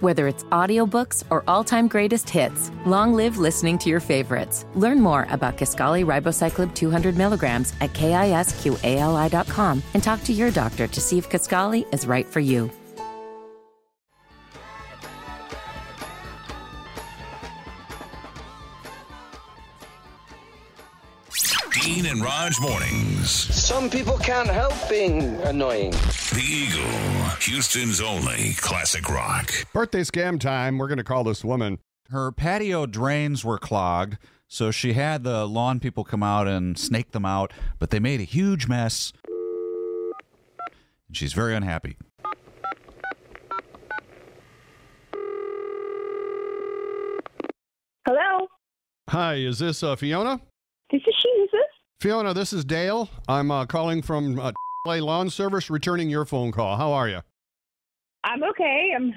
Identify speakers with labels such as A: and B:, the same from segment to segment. A: Whether it's audiobooks or all-time greatest hits, long live listening to your favorites. Learn more about Kaskali Ribocyclib 200 milligrams at kisqali.com and talk to your doctor to see if Kaskali is right for you.
B: Dean and Raj mornings.
C: Some people can't help being annoying.
B: The Eagle, Houston's only classic rock.
D: Birthday scam time. We're going to call this woman.
E: her patio drains were clogged, so she had the lawn people come out and snake them out, but they made a huge mess. And she's very unhappy.
F: Hello,
D: Hi, is this uh, Fiona?
F: this is she. Who's this?
D: Fiona, this is Dale. I'm uh, calling from uh, LA Lawn Service, returning your phone call. How are you?
F: I'm okay. I'm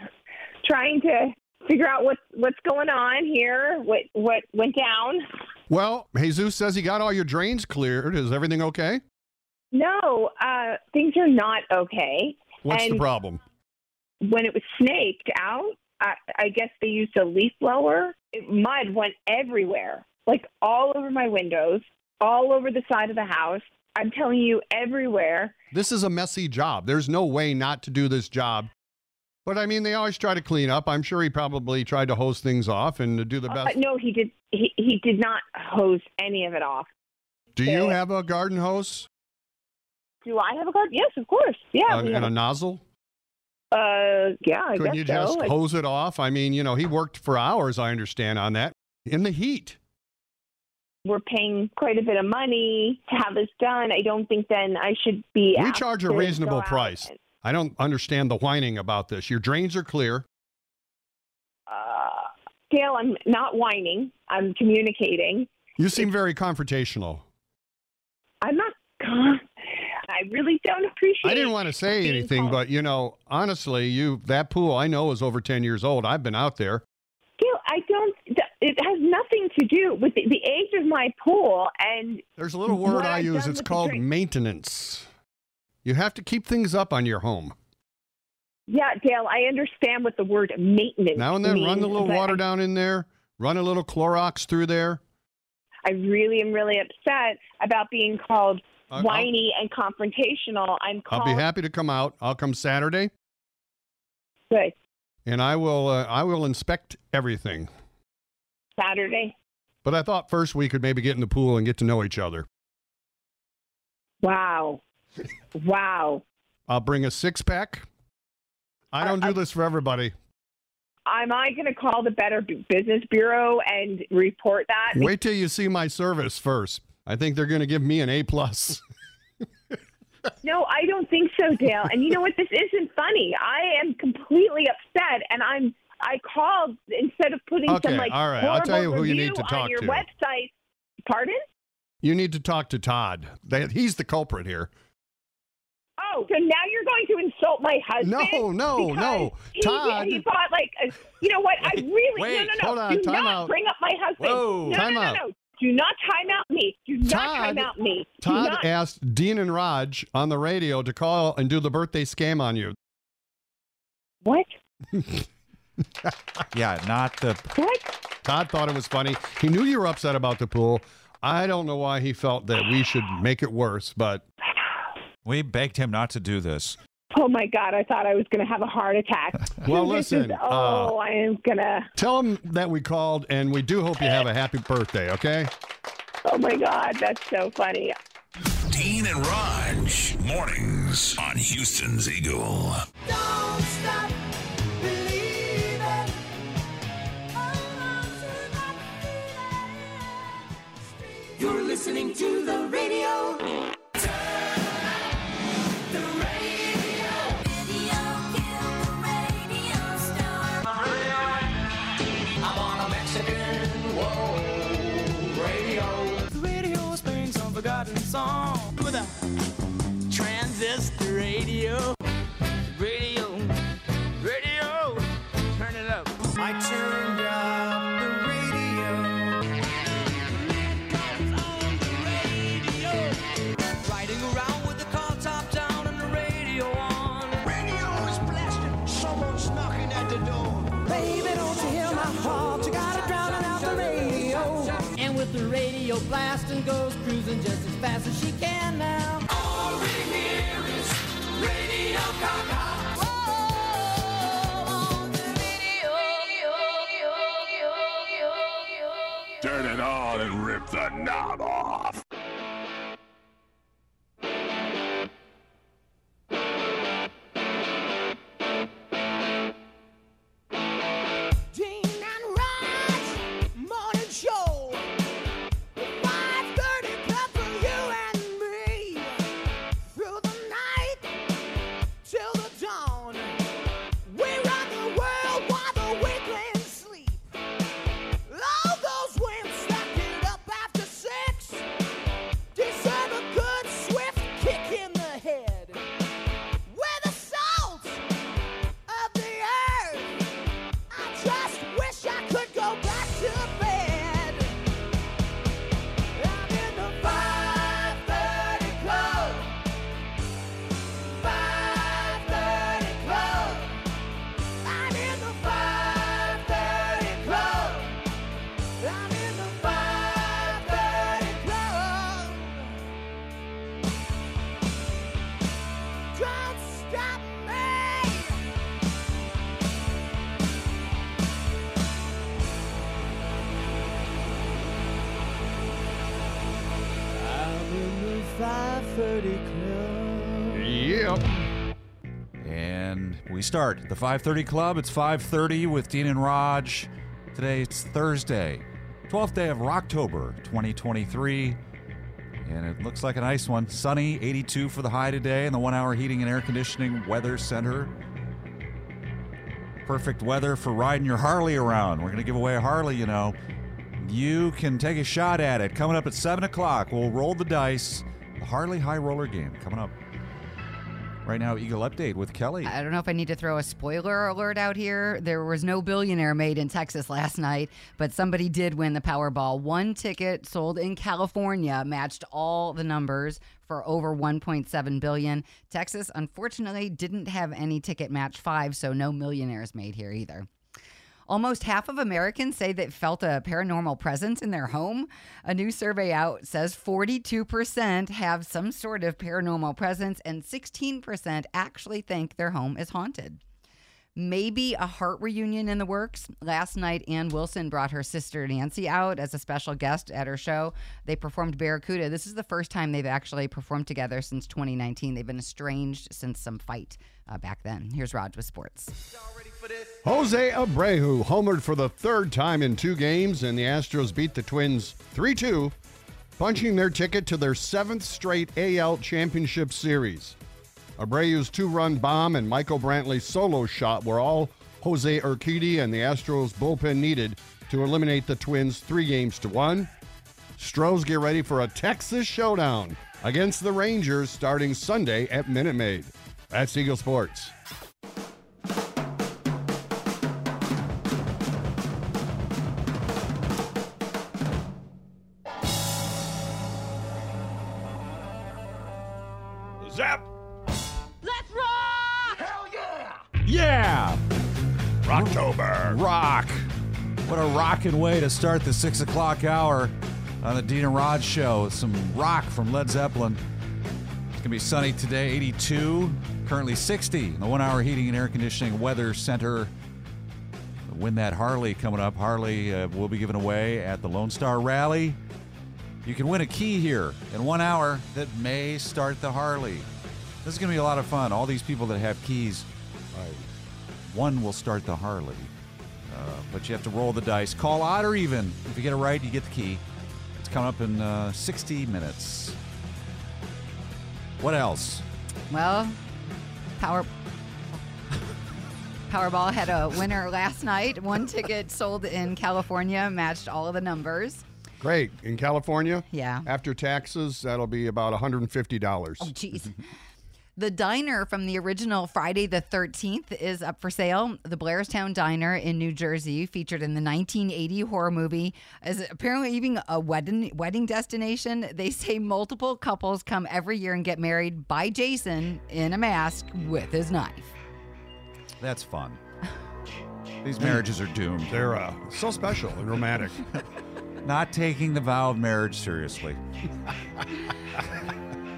F: trying to figure out what's what's going on here. What what went down?
D: Well, Jesus says he got all your drains cleared. Is everything okay?
F: No, uh, things are not okay.
D: What's the
F: And-
D: problem?
F: When it was snaked out, I, I guess they used a leaf blower. It, mud went everywhere, like all over my windows, all over the side of the house. I'm telling you, everywhere.
D: This is a messy job. There's no way not to do this job. But I mean, they always try to clean up. I'm sure he probably tried to hose things off and to do the
F: Uh,
D: best.
F: no, he did. He, he did not hose any of it off.
D: do you have a garden hose
F: Do I have a card? Yes, of course. Yeah,
D: uh,
F: we
D: and
F: have
D: a nozzle?
F: a- uh, yeah. I
D: Couldn't
F: guess
D: you
F: so.
D: just
F: I-
D: hose it off? I mean, you know, he worked for hours, I understand, on that in the heat.
F: we're paying quite a bit of money to have this done. I don't think then I should
D: We
F: be. asked
D: charge a
F: to go
D: reasonable
F: out
D: price.
F: and-
D: I don't understand the whining about this. Your drains are clear.
F: uh, Dale, I'm not whining. I'm communicating.
D: You seem very confrontational.
F: I'm not. I really don't appreciate.
D: I didn't want to say
F: being
D: anything,
F: called-
D: but you know, honestly, you that pool I know is over 10 years old. I've been out there.
F: Dale, I don't. th- It has nothing to do with the, the age of my pool, and
D: There's a little word
F: What
D: I
F: I've
D: use.
F: done
D: It's
F: with the
D: called
F: drain-
D: maintenance. You have to keep things up on your home.
F: yeah, Dale, I understand what the word maintenance.
D: Now and then run the
F: means,
D: little
F: but
D: water
F: I-
D: down in there, run a little Clorox through there.
F: I really am really upset about being called
D: I- Uh, I'll-
F: whiny and confrontational. I'm
D: I'll
F: called.
D: be happy to come out. I'll come Saturday.
F: Good.
D: and I will uh, I will inspect everything.
F: Saturday.
D: But I thought first we could maybe get in the pool and get to know each other.
F: Wow. wow.
D: I'll bring a six pack. I don't do this for everybody.
F: Am I going to call the Better Bu- Business Bureau and report that?
D: Wait till you see my service first. I think they're going to give me an A plus.
F: No, I don't think so, Dale. And you know what? This isn't funny. I am completely upset, and I'm. I called instead of putting
D: Okay,
F: some like
D: all right. I'll
F: horrible
D: tell you who you need
F: review
D: to talk
F: on your
D: to.
F: website. Pardon?
D: You need to talk to Todd. That he's the culprit here.
F: Oh, so now you're going to insult my husband?
D: No, no,
F: because
D: no.
F: he-
D: Todd.
F: He bought like a. You know what? I really.
E: Wait,
F: no, no, no.
D: hold on,
F: Do
D: time
F: not
D: out.
F: bring up my husband.
E: Whoa.
F: No,
D: Time
F: no, no,
D: out.
F: no. Do not time out me. Do not
D: Todd-
F: time out me. Do
D: Todd
F: not-
D: asked Dean and Raj on the radio to call and do the birthday scam on you.
F: what?
E: Yeah, not the.
F: What?
D: Todd thought it was funny. He knew you were upset about the pool. I don't know why he felt that we should make it worse, but
E: We begged him not to do this.
F: Oh my God! I thought I was going to have a heart attack.
D: Well,
F: This is-
D: listen, uh,
F: oh, I am gonna.
D: Tell them that we called, and we do hope you have a happy birthday, okay?
F: Oh my God, that's so funny.
B: Dean and Raj mornings on Houston's Eagle.
G: Don't stop believing. Hold on to that feeling. You're listening to the radio.
H: radio playing some forgotten song with a transistor radio. Radio Baby, don't you hear my heart? You gotta drown it out the radio.
I: And with the radio blasting, goes cruising just as fast as she can now.
B: Turn it on and rip the knob off.
G: Gene and Raj morning show. 5:30 club for you and me. Through the night till the dawn. We rock the world while the weakling sleep. All those wimps that get up after six deserve a good swift kick in the head. We're the salt of the earth. I just wish I could go back to bed. I'm in the 5:30 club. 5:30 club. I'm in the 5:30 club. I'm in the 5:30 club. Don't stop me.
D: Yep.
E: And we start the 5:30 Club. It's 5:30 with Dean and Raj. Today it's Thursday, 12th day of October 2023. And it looks like a nice one. Sunny, 82 for the high today, and the one hour heating and air conditioning weather center. Perfect weather for riding your Harley around. We're going to give away a Harley, you know. You can take a shot at it. Coming up at 7 o'clock, we'll roll the dice. The Harley High Roller game coming up. Right now, Eagle Update with Kelly.
J: I don't know if I need to throw a spoiler alert out here. There was no billionaire made in Texas last night, but somebody did win the Powerball. One ticket sold in California matched all the numbers for over 1.7 billion. Texas unfortunately didn't have any ticket match 5, so no millionaires made here either. Almost half of Americans say they felt a paranormal presence in their home. A new survey out says 42% have some sort of paranormal presence, and 16% actually think their home is haunted. Maybe a heart reunion in the works. Last night, Ann Wilson brought her sister Nancy out as a special guest at her show. They performed Barracuda. This is the first time they've actually performed together since 2019. They've been estranged since some fight uh, back then. Here's Rod with sports.
D: Jose Abreu homered for the third time in two games, and the Astros beat the Twins 3 2, punching their ticket to their seventh straight AL Championship Series. Abreu's two run bomb and Michael Brantley's solo shot were all Jose Urquidy and the Astros bullpen needed to eliminate the Twins three games to one. Stros get ready for a Texas showdown against the Rangers starting Sunday at Minute Maid. That's Eagle Sports. Zap!
G: Let's rock!
E: Yeah! Rocktober! Rock! What a rocking way to start the 6 o'clock hour on the Dean and Rod Show. with Some rock from Led Zeppelin. It's going to be sunny today, 82, currently 60. The one hour heating and air conditioning weather center. Win that Harley coming up. Harley uh, will be given away at the Lone Star Rally. You can win a key here in one hour that may start the Harley. This is going to be a lot of fun. All these people that have keys, one will start the Harley. Uh, but you have to roll the dice. Call odd or even. If you get it right, you get the key. It's coming up in uh, 60 minutes. What else?
J: Well, Power Powerball had a winner last night. One ticket sold in California matched all of the numbers.
D: Great. In California?
J: Yeah. Oh,
D: After taxes, that'll be about $150.
J: Jeez. The diner from the original Friday the 13th is up for sale. The Blairstown Diner in New Jersey, featured in the 1980 horror movie, is apparently even a wedding wedding destination. They say multiple couples come every year and get married by Jason in a mask with his knife.
E: That's fun. These marriages are doomed.
D: They're uh, so special and romantic.
E: Not taking the vow of marriage seriously.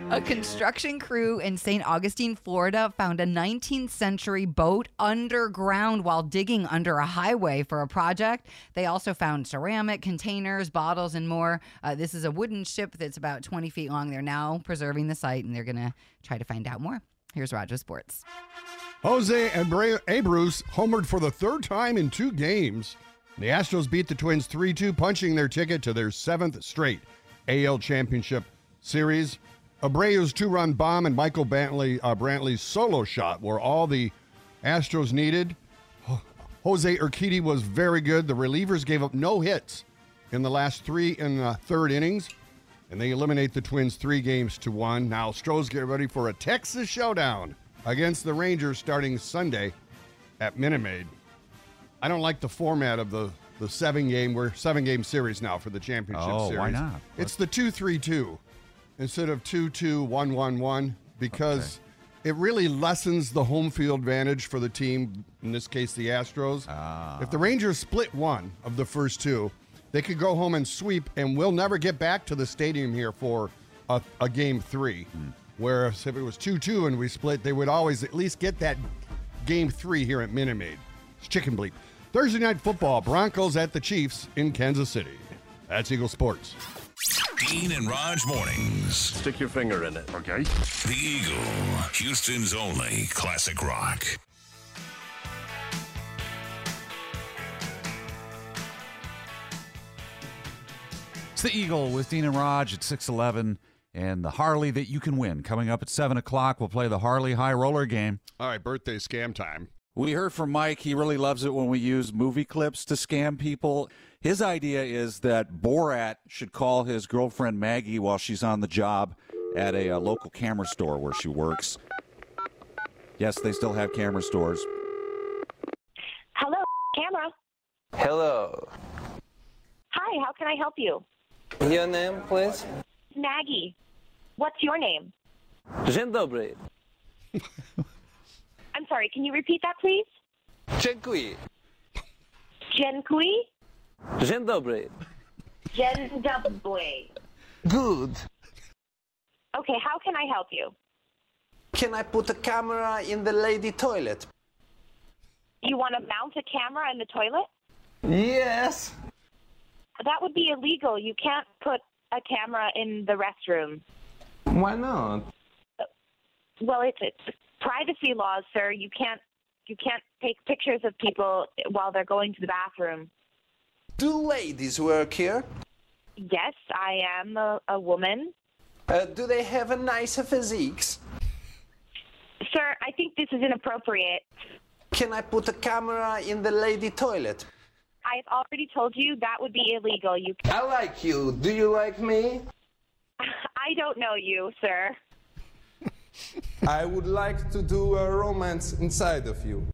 J: A construction crew in St. Augustine, Florida found a 19th century boat underground while digging under a highway for a project. They also found ceramic containers, bottles, and more. Uh, this is a wooden ship that's about 20 feet long. They're now preserving the site and they're going to try to find out more. Here's Roger Sports.
D: Jose Abre- Abreu homered for the third time in two games. The Astros beat the Twins 3 2, punching their ticket to their seventh straight AL Championship Series. Abreu's two run bomb and Michael Brantley, uh, Brantley's solo shot were all the Astros needed. Ho- Jose Urquidy was very good. The relievers gave up no hits in the last three and uh, third innings, and they eliminate the Twins three games to one. Now, Stros get ready for a Texas showdown against the Rangers starting Sunday at Minute Maid. I don't like the format of the the seven game we're seven game series now for the championship
E: Oh, why
D: series.
E: not?
D: It's the two three two instead of two two one one one because it really lessens the home field advantage for the team. In this case, the Astros. If the Rangers split one of the first two, they could go home and sweep, and we'll never get back to the stadium here for a, a game three. Whereas if it was two two and we split, they would always at least get that game three here at Minute Maid. It's chicken bleep. Thursday night football: Broncos at the Chiefs in Kansas City. That's Eagle Sports.
B: Dean and Raj mornings.
K: Stick your finger in it. Okay.
B: The Eagle, Houston's only classic rock.
E: It's the Eagle with Dean and Raj at 611 and the Harley that you can win. Coming up at 7 o'clock, we'll play the Harley High Roller game.
D: All right, birthday scam time.
E: We heard from Mike. He really loves it when we use movie clips to scam people.
L: His idea is that Borat should call his girlfriend Maggie while she's on the job at a, uh local camera store where she works. Yes, they still have camera stores.
M: Hello, camera.
C: Hello.
M: Hi, how can I help you?
C: Your name, please?
M: Maggie. What's your name?
C: Dzień dobry.
M: I'm sorry, can you repeat that, please?
C: Dziękuję.
M: Jen Kui?
C: Dzień dobry.
M: Jen Dubway.
C: Good.
M: Okay, how can I help you?
C: Can I put a camera in the lady toilet?
M: You want to mount a camera in the toilet?
C: Yes.
M: That would be illegal. You can't put a camera in the restroom.
C: Why not?
M: Well, it's, it's privacy laws, sir. You can't you can't take pictures of people while they're going to the bathroom.
C: Do ladies work here?
M: Yes, I am a, a woman.
C: Uh, do they have a nicer physiques?
M: Sir, I think this is inappropriate.
C: Can I put a camera in the lady toilet?
M: I've already told you that would be illegal. You
C: I like you. Do you like me?
M: I don't know you, sir.
N: I would like to do a romance inside of you.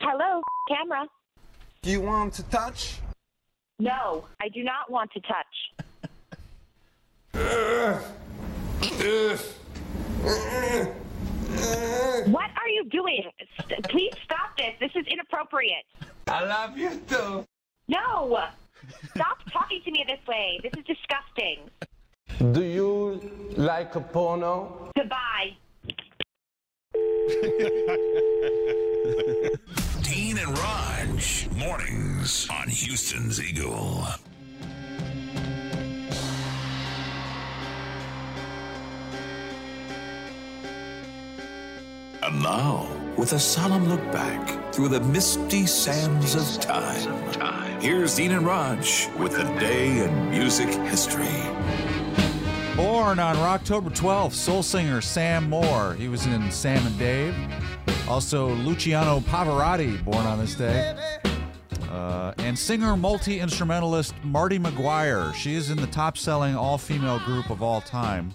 M: Hello, camera.
N: Do you want to touch?
M: No, I do not want to touch. What are you doing? St- Please stop this. This is inappropriate.
C: I love you too.
M: No! Stop talking to me this way. This is disgusting.
C: Do you like a porno?
M: Goodbye.
B: Dean and Raj mornings on Houston's Eagle.
O: And now, with a solemn look back through the misty sands of time, here's Dean and Raj with the day in music history.
E: Born on October 12th, soul singer Sam Moore. He was in Sam and Dave. Also, Luciano Pavarotti, born on this day. Uh, and singer multi instrumentalist Marty McGuire. She is in the top selling all female group of all time.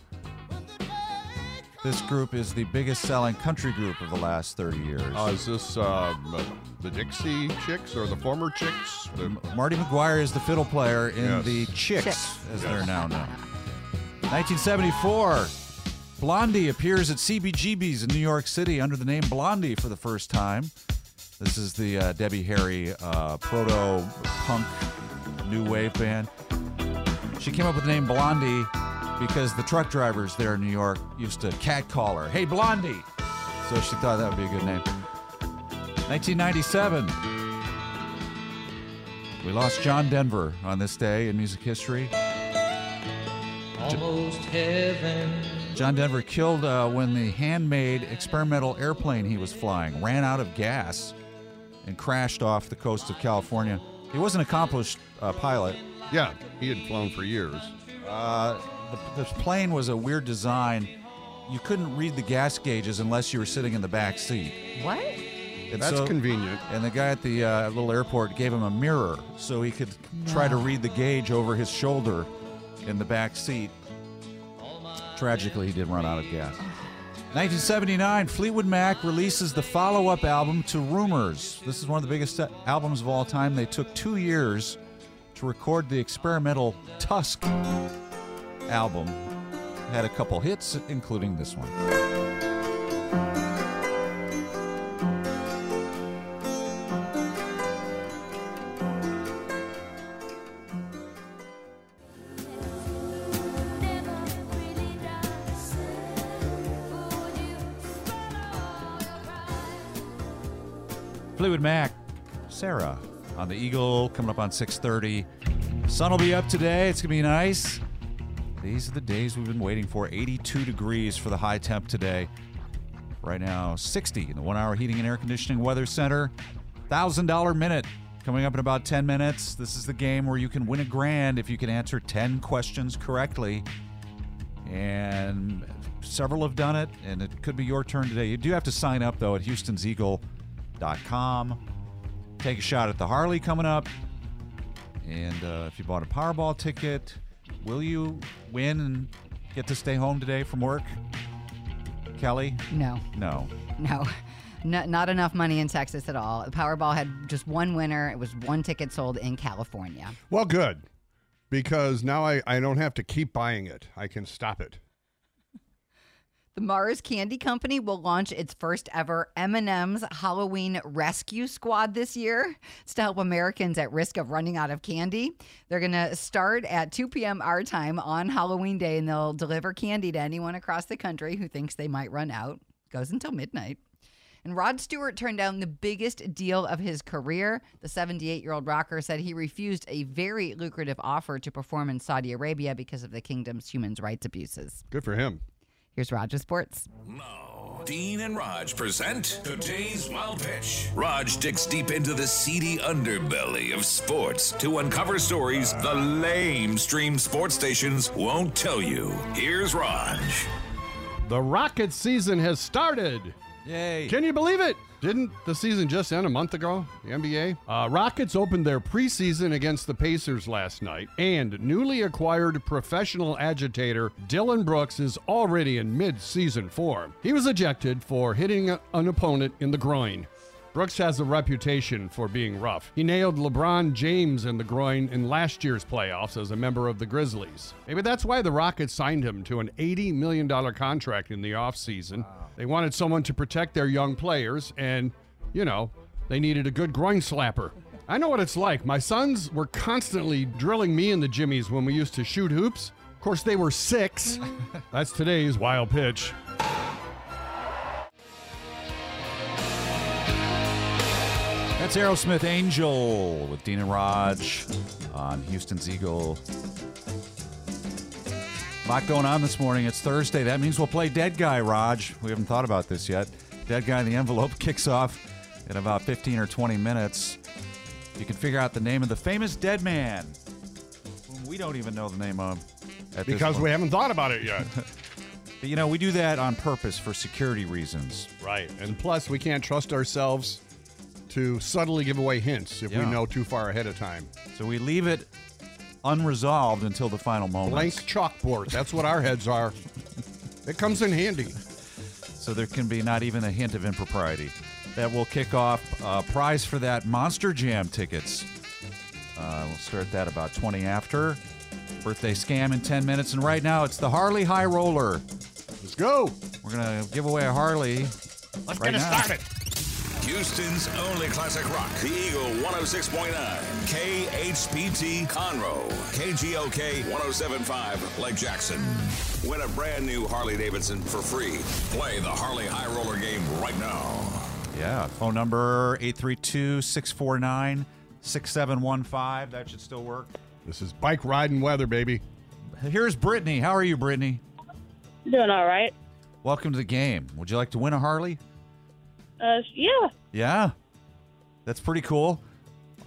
E: This group is the biggest selling country group of the last 30 years.
D: Uh, is this um, the Dixie Chicks or the former Chicks? The-
E: Um, Marty McGuire is the fiddle player in
D: Yes.
E: the Chicks,
D: Chicks. Yes.
E: as they're now known. 1974. Blondie appears at CBGB's in New York City under the name Blondie for the first time. This is the uh, Debbie Harry uh, proto punk new wave band. She came up with the name Blondie because the truck drivers there in New York used to catcall her, Hey Blondie! So she thought that would be a good name. 1997. We lost John Denver on this day in music history.
K: Almost heaven.
E: John Denver killed uh, when the handmade experimental airplane he was flying ran out of gas and crashed off the coast of California. He was an accomplished uh, pilot.
D: Yeah, he had flown for years.
E: Uh, the, the plane was a weird design. You couldn't read the gas gauges unless you were sitting in the back seat.
J: What?
E: And
D: That's
E: so-
D: convenient.
E: And the guy at the uh, little airport gave him a mirror so he could try to
J: Wow.
E: read the gauge over his shoulder in the back seat. Tragically, he did run out of gas. 1979, Fleetwood Mac releases the follow up album to Rumors. This is one of the biggest uh, albums of all time. They took two years to record the experimental Tusk album. Had a couple hits, including this one. Fluid Mac, Sarah on the Eagle coming up on 6:30. Sun will be up today. It's gonna be nice. These are the days we've been waiting for. 82 degrees for the high temp today. Right now, 60 in the one-hour heating and air conditioning weather center. Thousand dollar minute coming up in about 10 minutes. This is the game where you can win a grand if you can answer 10 questions correctly. And several have done it, and it could be your turn today. You do have to sign up, though, at houstonseagle.com. Take a shot at the Harley coming up. And uh, if you bought a Powerball ticket, will you win and get to stay home today from work? Kelly?
J: No.
E: No.
J: No. No, not enough money in Texas at all. The Powerball had just one winner. It was one ticket sold in California.
D: Well, good. Because now I, I don't have to keep buying it. I can stop it.
J: The Mars Candy Company will launch its first ever M&M's Halloween Rescue Squad this year. It's to help Americans at risk of running out of candy. They're going to start at 2 p.m. our time on Halloween Day, and they'll deliver candy to anyone across the country who thinks they might run out. Goes until midnight. And Rod Stewart turned down the biggest deal of his career. The 78 year old rocker said he refused a very lucrative offer to perform in Saudi Arabia because of the kingdom's human rights abuses.
D: Good for him.
J: Here's Roger Sports.
O: Dean and Raj present today's wild pitch. Raj digs deep into the seedy underbelly of sports to uncover stories the lame stream sports stations won't tell you. Here's Raj.
D: The Rocket season has started.
E: Yay.
D: Can you believe it? Didn't the season just end a month ago? The NBA? Uh, Rockets opened their preseason against the Pacers last night, and newly acquired professional agitator Dylan Brooks is already in mid season form. He was ejected for hitting a- an opponent in the groin. Brooks has a reputation for being rough. He nailed LeBron James in the groin in last year's playoffs as a member of the Grizzlies. Maybe that's why the Rockets signed him to an $80 million contract in the offseason. They wanted someone to protect their young players, and, you know, they needed a good groin slapper. I know what it's like. My sons were constantly drilling me in the jimmies when we used to shoot hoops. Of course, they were six. That's today's wild pitch.
E: That's Aerosmith Angel with Dean and Raj on Houston's Eagle. A lot going on this morning. It's Thursday. That means we'll play Dead Guy, Raj. We haven't thought about this yet. Dead Guy in the Envelope kicks off in about 15 or 20 minutes. You can figure out the name of the famous dead man, whom we don't even know the name of. at this
D: Because
E: point.
D: we haven't thought about it yet.
E: But, you know, we do that on purpose for security reasons.
D: Right. And plus, we can't trust ourselves to subtly give away hints if we
E: Yeah.
D: know too far ahead of time.
E: So we leave it unresolved until the final moment.
D: Blank chalkboard. That's what our heads are. It comes in handy.
E: so there can be not even a hint of impropriety. That will kick off a prize for that Monster Jam tickets. Uh, we'll start that about 20 after. Birthday scam in 10 minutes, and right now it's the Harley High Roller. Let's
D: go.
E: We're going to give away a Harley.
B: Let's
E: right
B: get it
E: now.
B: started. Houston's only classic rock, The Eagle 106.9, KHPT Conroe, KGOK 1075, Lake Jackson. Win a brand new Harley Davidson for free. Play the Harley High Roller game right now.
E: Yeah, phone number 832 649 6715. That should still work.
D: This is bike riding weather, baby.
E: Here's Brittany. How are you, Brittany?
K: Doing all right.
E: Welcome to the game. Would you like to win a Harley?
K: Uh, yeah.
E: Yeah. That's pretty cool.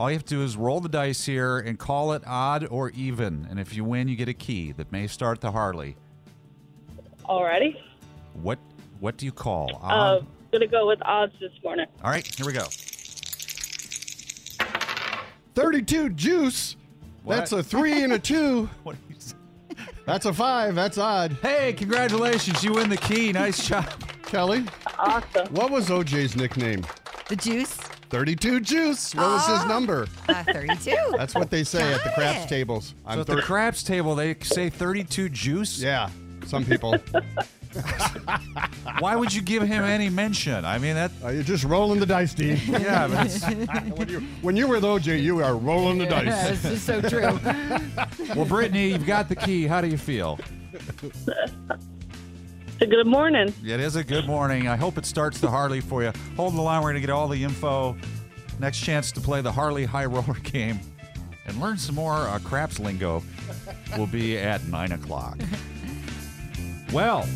E: All you have to do is roll the dice here and call it odd or even. And if you win, you get a key that may start the Harley.
K: Alrighty.
E: What what do you call?
K: Uh,
E: Odd?
K: gonna go with odds this morning.
E: All right, here we go.
D: 32 juice.
E: What?
D: That's a three and a two.
E: What
D: That's a five. That's odd.
E: Hey, congratulations. You win the key. Nice job.
D: Kelly.
K: Awesome.
D: What was OJ's nickname?
J: The juice.
D: 32 juice. What was his
J: Ah.
D: number?
J: Uh, 32.
D: That's what they say at the craps tables.
E: So at the craps table, they say 32 juice?
D: Yeah, some people.
E: Why would you give him any mention? I mean, that.
D: Uh, you're just rolling the dice, Steve.
E: Yeah, but it's-
D: when, you, when you're with OJ, you are rolling the dice.
E: Yeah, this is so
J: true.
E: well, Brittany, you've got the key. How do you feel?
K: Good morning.
E: It is a good morning. I hope it starts the Harley for you. Hold the line. We're going to get all the info. Next chance to play the Harley High Roller game and learn some more uh, craps lingo will be at 9 o'clock. Well,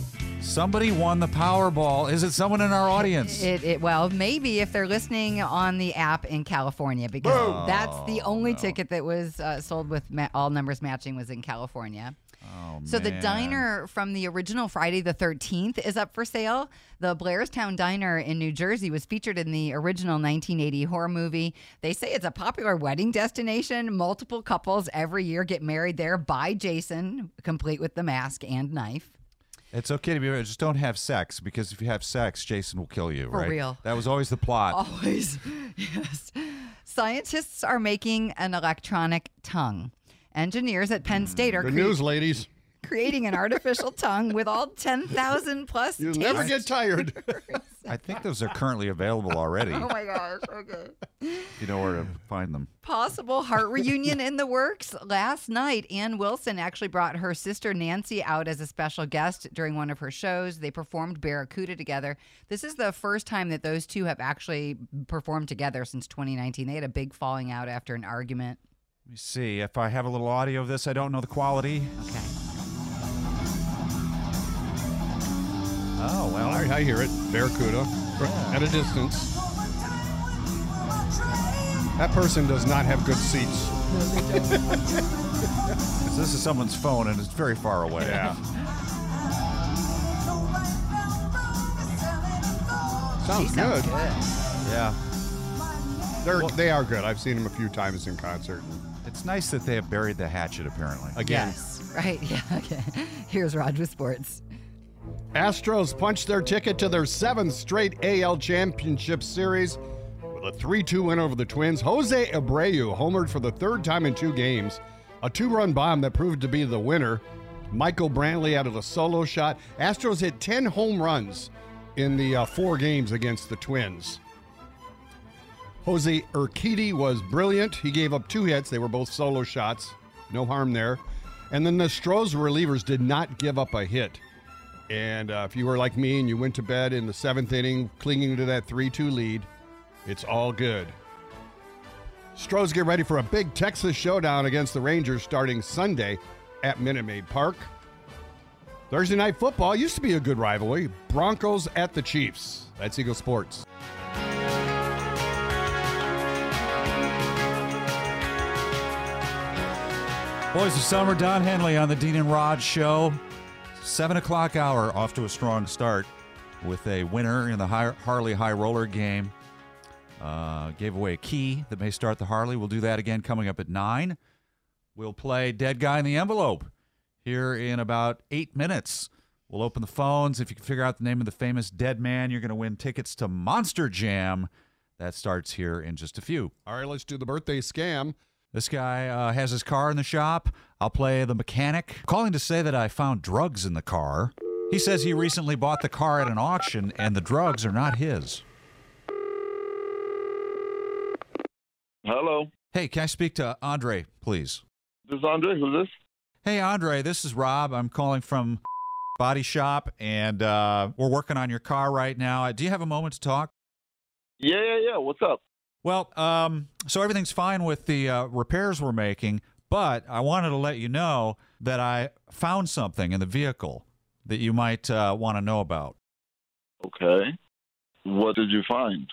E: somebody won the Powerball. Is it someone in our audience?
J: It, it well maybe if they're listening on the app in California because
E: Boom.
J: that's the
E: Oh,
J: only ticket that was uh, sold with ma- all numbers matching was in California.
E: Oh,
J: So the
E: man.
J: diner from the original Friday the 13th is up for sale. The Blairstown Diner in New Jersey was featured in the original 1980 horror movie. They say it's a popular wedding destination. Multiple couples every year get married there by Jason, complete with the mask and knife.
E: It's okay to be just don't have sex because if you have sex, Jason will kill you.
J: For
E: right?
J: real.
E: That was always the plot.
J: Always. yes. Scientists are making an electronic tongue. Engineers at Penn State are
D: Good
J: crea-
D: news, ladies.
J: creating an artificial tongue with all 10,000 plus
D: You'll never
J: taste-
D: get tired.
E: I think those are currently available already.
J: Oh my gosh. Okay.
E: if you know where to find them.
J: Possible heart reunion in the works. Last night, Ann Wilson actually brought her sister Nancy out as a special guest during one of her shows. They performed Barracuda together. This is the first time that those two have actually performed together since 2019. They had a big falling out after an argument.
E: Let me see if I have a little audio of this. I don't know the quality.
J: Okay.
E: Oh well.
D: I, I hear it. Barracuda fr- at a distance. That person does not have good seats.
E: This is someone's phone and it's very far away. Yeah.
D: Sounds good.
E: Yeah.
D: They're, they are good. I've seen them a few times in concert.
E: It's nice that they have buried the hatchet apparently.
D: Again.
J: Yes. Right. Yeah. Okay. Here's Rod with sports.
D: Astros punched their ticket to their seventh straight AL Championship Series with a 3 2 win over the Twins. Jose Abreu homered for the third time in two games, a two run bomb that proved to be the winner. Michael Brantley added a solo shot. Astros hit 10 home runs in the uh, four games against the Twins. Jose Urquidy was brilliant. He gave up two hits. They were both solo shots. No harm there. And then the Stros relievers did not give up a hit. And uh, if you were like me and you went to bed in the seventh inning, clinging to that 3 2 lead, it's all good. Stros get ready for a big Texas showdown against the Rangers starting Sunday at Minute Maid Park. Thursday night football used to be a good rivalry. Broncos at the Chiefs. That's Eagle Sports.
E: Boys of Summer, Don Henley on the Dean and Rod Show. Seven o'clock hour off to a strong start with a winner in the Hi- Harley High Roller game. Uh, gave away a key that may start the Harley. We'll do that again coming up at nine. We'll play Dead Guy in the Envelope here in about eight minutes. We'll open the phones. If you can figure out the name of the famous dead man, you're going to win tickets to Monster Jam. That starts here in just a few.
D: All right, let's do the birthday scam.
E: This guy uh, has his car in the shop. I'll play the mechanic, calling to say that I found drugs in the car. He says he recently bought the car at an auction and the drugs are not his.
P: Hello.
E: Hey, can I speak to Andre, please?
P: This is Andre. Who's this?
E: Hey, Andre, this is Rob. I'm calling from Body Shop and uh, we're working on your car right now. Uh, Do you have a moment to talk?
P: Yeah, yeah, yeah. What's up?
E: Well, um, so everything's fine with the uh, repairs we're making, but I wanted to let you know that I found something in the vehicle that you might uh, want to know about.
P: Okay. What did you find?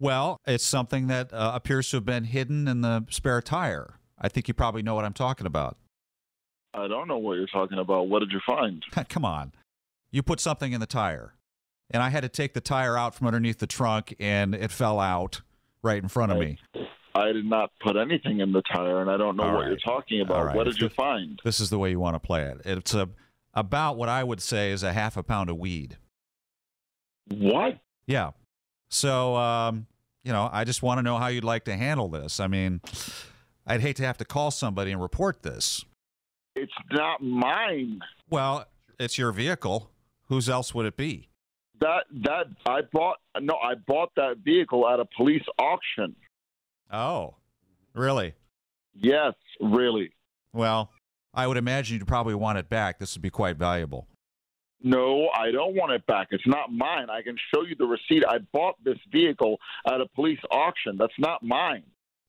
E: Well, it's something that uh, appears to have been hidden in the spare tire. I think you probably know what I'm talking about.
P: I don't know what you're talking about. What did you find?
E: Come on. You put something in the tire, and I had to take the tire out from underneath the trunk, and it fell out right in front of me.
P: I did not put anything in the tire, and I don't know
E: All
P: what
E: right.
P: you're talking about.
E: All right.
P: What
E: It's
P: did you
E: the-
P: find?
E: This is the way you want to play it. It's a, about what I would say is a half a pound of weed.
P: What?
E: Yeah. So, um, you know, I just want to know how you'd like to handle this. I mean, I'd hate to have to call somebody and report this.
P: It's not mine.
E: Well, it's your vehicle. Whose else would it be?
P: That that I bought. No, I bought that vehicle at a police auction.
E: Oh, really?
P: Yes, really.
E: Well, I would imagine you'd probably want it back. This would be quite valuable.
P: No, I don't want it back. It's not mine. I can show you the receipt. I bought this vehicle at a police auction. That's not mine.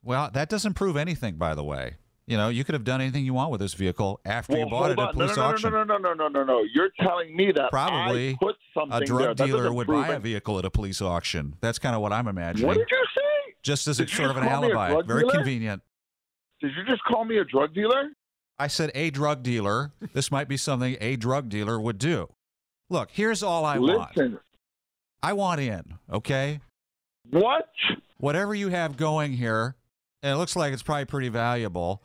E: Well, that doesn't prove anything, by the way. You know, you could have done anything you want with this vehicle after you bought it
P: Hold
E: at a
P: on. No,
E: police
P: no, no,
E: auction.
P: No, no, no, no, no, no, no. You're telling me that
E: Probably
P: I put something
E: a drug
P: there. That
E: dealer
P: doesn't
E: would
P: prove
E: buy a
P: it.
E: vehicle at a police auction. That's kind of what I'm imagining.
P: What did you say?
E: Just as
P: Did
E: it's
P: you
E: sort of
P: just
E: an
P: call me a
E: alibi.
P: drug
E: Very
P: dealer?
E: convenient.
P: Did you just call me a drug dealer?
E: I said a drug dealer. This might be something a drug dealer would do. Look, here's all I want.
P: Listen,
E: I want in, okay?
P: What?
E: Whatever you have going here, and it looks like it's probably pretty valuable.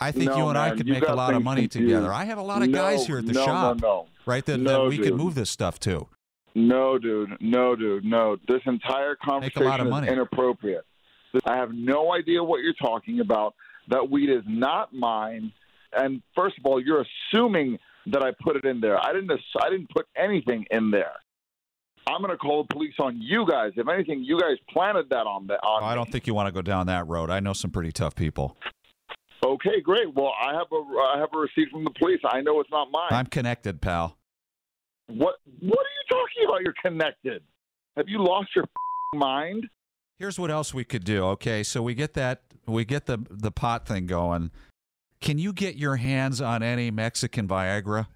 E: I think
P: No,
E: you and I
P: Oh, man,
E: could
P: you
E: make a
P: got
E: lot of
P: things
E: money
P: confused.
E: together. I have a lot of
P: No,
E: guys here at the
P: no, no,
E: shop,
P: no.
E: right? That,
P: No,
E: that we could
P: dude.
E: move this stuff to.
P: No, dude. No, dude. No. This entire
E: Make a lot of
P: conversation is
E: money.
P: inappropriate. I have no idea what you're talking about. That weed is not mine. And first of all, you're assuming that I put it in there. I didn't. ass- I didn't put anything in there. I'm going to call the police on you guys. If anything, you guys planted that on the on.
E: I don't think you want to go down that road. I know some pretty tough people.
P: Okay, great. Well, I have a I have a receipt from the police. I know it's not mine.
E: I'm connected, pal.
P: What What are you talking about? You're connected. Have you lost your mind?
E: Here's what else we could do. Okay, so we get that we get the the pot thing going. Can you get your hands on any Mexican Viagra?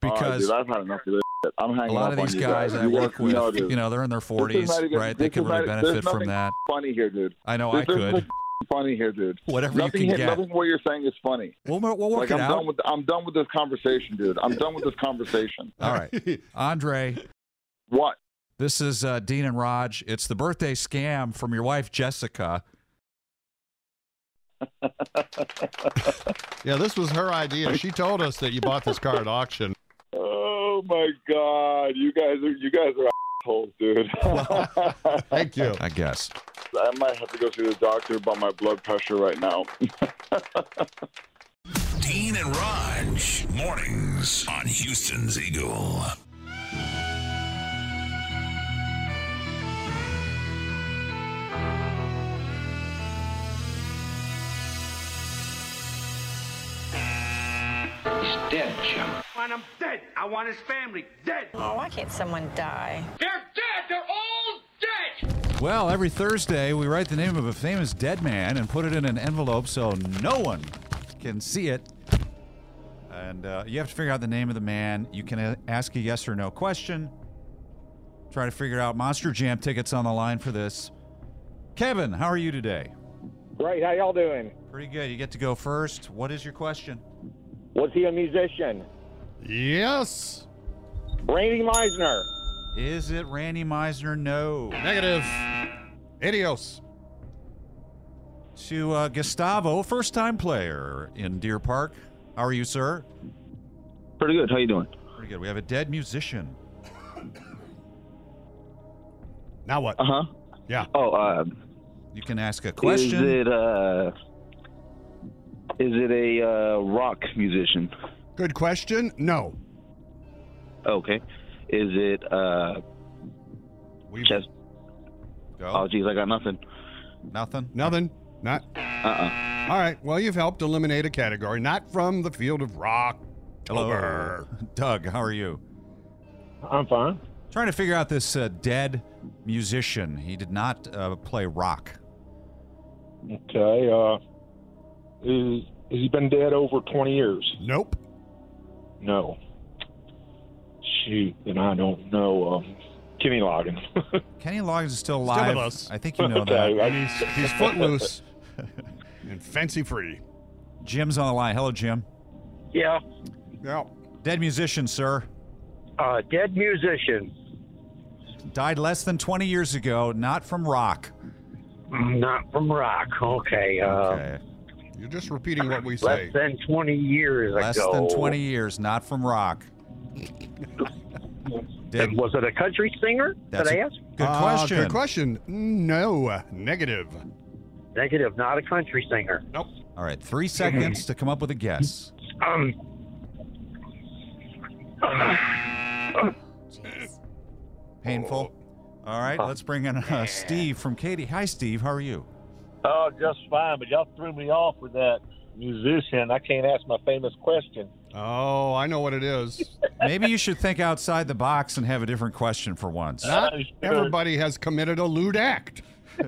P: All right,
E: Because
P: dude, I've had enough of this. shit. I'm
E: a
P: hanging
E: lot
P: up
E: of
P: on
E: these
P: you
E: guys I
P: You
E: work with,
P: know, dude.
E: you know, they're in their
P: This is not
E: 40s,
P: even-
E: right? They
P: this
E: could
P: is
E: really
P: not-
E: benefit
P: there's
E: from
P: nothing
E: that.
P: Funny here, dude.
E: I know
P: This
E: I
P: is
E: could.
P: just Funny here, dude.
E: Whatever you
P: nothing
E: can
P: here-
E: get.
P: Nothing what you're saying is funny.
E: We'll, we'll work
P: like,
E: it
P: I'm
E: out.
P: Done with, I'm done with this conversation, dude. I'm done with this conversation.
E: All right, Andre.
P: What?
E: This is uh, Dean and Raj. It's the birthday scam from your wife Jessica.
D: Yeah, this was her idea. She told us that you bought this car at auction.
P: Oh my god, you guys are you guys are assholes, dude.
D: Thank you.
E: I guess.
P: I might have to go see the doctor about my blood pressure right now.
O: Dean and Raj, mornings on Houston's Eagle.
Q: He's dead, Jim.
R: When I'm dead, I want his family dead. Oh, why can't someone die? They're dead. They're all dead.
E: Well, every Thursday we write the name of a famous dead man and put it in an envelope so no one can see it. And uh, you have to figure out the name of the man. You can a- ask a yes or no question. Try to figure it out. Monster Jam tickets on the line for this. Kevin, how are you today?
S: Great. How y'all doing?
E: Pretty good. You get to go first. What is your question?
S: Was he a musician?
D: Yes.
S: Randy Meisner.
E: Is it Randy Meisner? No.
D: Negative. Adios.
E: To uh, Gustavo, first time player in Deer Park. How are you, sir?
T: Pretty good. How you doing?
E: Pretty good. We have a dead musician.
D: Now
S: Uh-huh.
D: what?
T: Uh huh.
D: Yeah.
T: Oh, uh,
E: you can ask a question.
T: Is it uh, Is it a uh, rock musician?
D: Good question. No.
T: Okay. Is it uh, chess? Oh, geez, I got nothing.
E: Nothing.
D: Nothing. Not. Uh. uh All right. Well, you've helped eliminate a category not from the field of rock.
E: Hello. Doug, how are you?
S: I'm fine.
E: Trying to figure out this uh, dead musician. He did not uh, play rock.
S: Okay. Uh, is has he been dead over twenty years?
D: Nope.
S: No. Shoot, then I don't know. Um, Kenny Loggins.
E: Kenny Loggins is still alive.
D: with us.
E: I think you know
S: Okay,
E: that.
S: I- And he's-
D: He's footloose and fancy free.
E: Jim's on the line. Hello, Jim.
Q: Yeah.
D: Yeah.
E: Dead musician, sir.
Q: Uh, dead musician.
E: Died less than 20 years ago, not from rock.
Q: Mm, Not from rock. Okay. Uh,
D: You're just repeating what we
Q: Less
D: say.
Q: than 20 years
E: Less
Q: ago.
E: than 20 years, not from rock. Dead.
Q: Was it a country singer?
E: That's
Q: did I
E: a
Q: ask?
E: good
D: Uh,
E: question.
D: Good question. No. Negative.
Q: Negative. Not a country singer.
D: Nope.
E: All right, three seconds to come up with a guess.
Q: Um.
E: Painful. All right, let's bring in uh, Steve from Katie. Hi, Steve. How are you?
U: Oh, just fine, but y'all threw me off with that musician. I can't ask my famous question.
D: Oh, I know what it is.
E: Maybe you should think outside the box and have a different question for once.
D: Not everybody has committed a lewd act.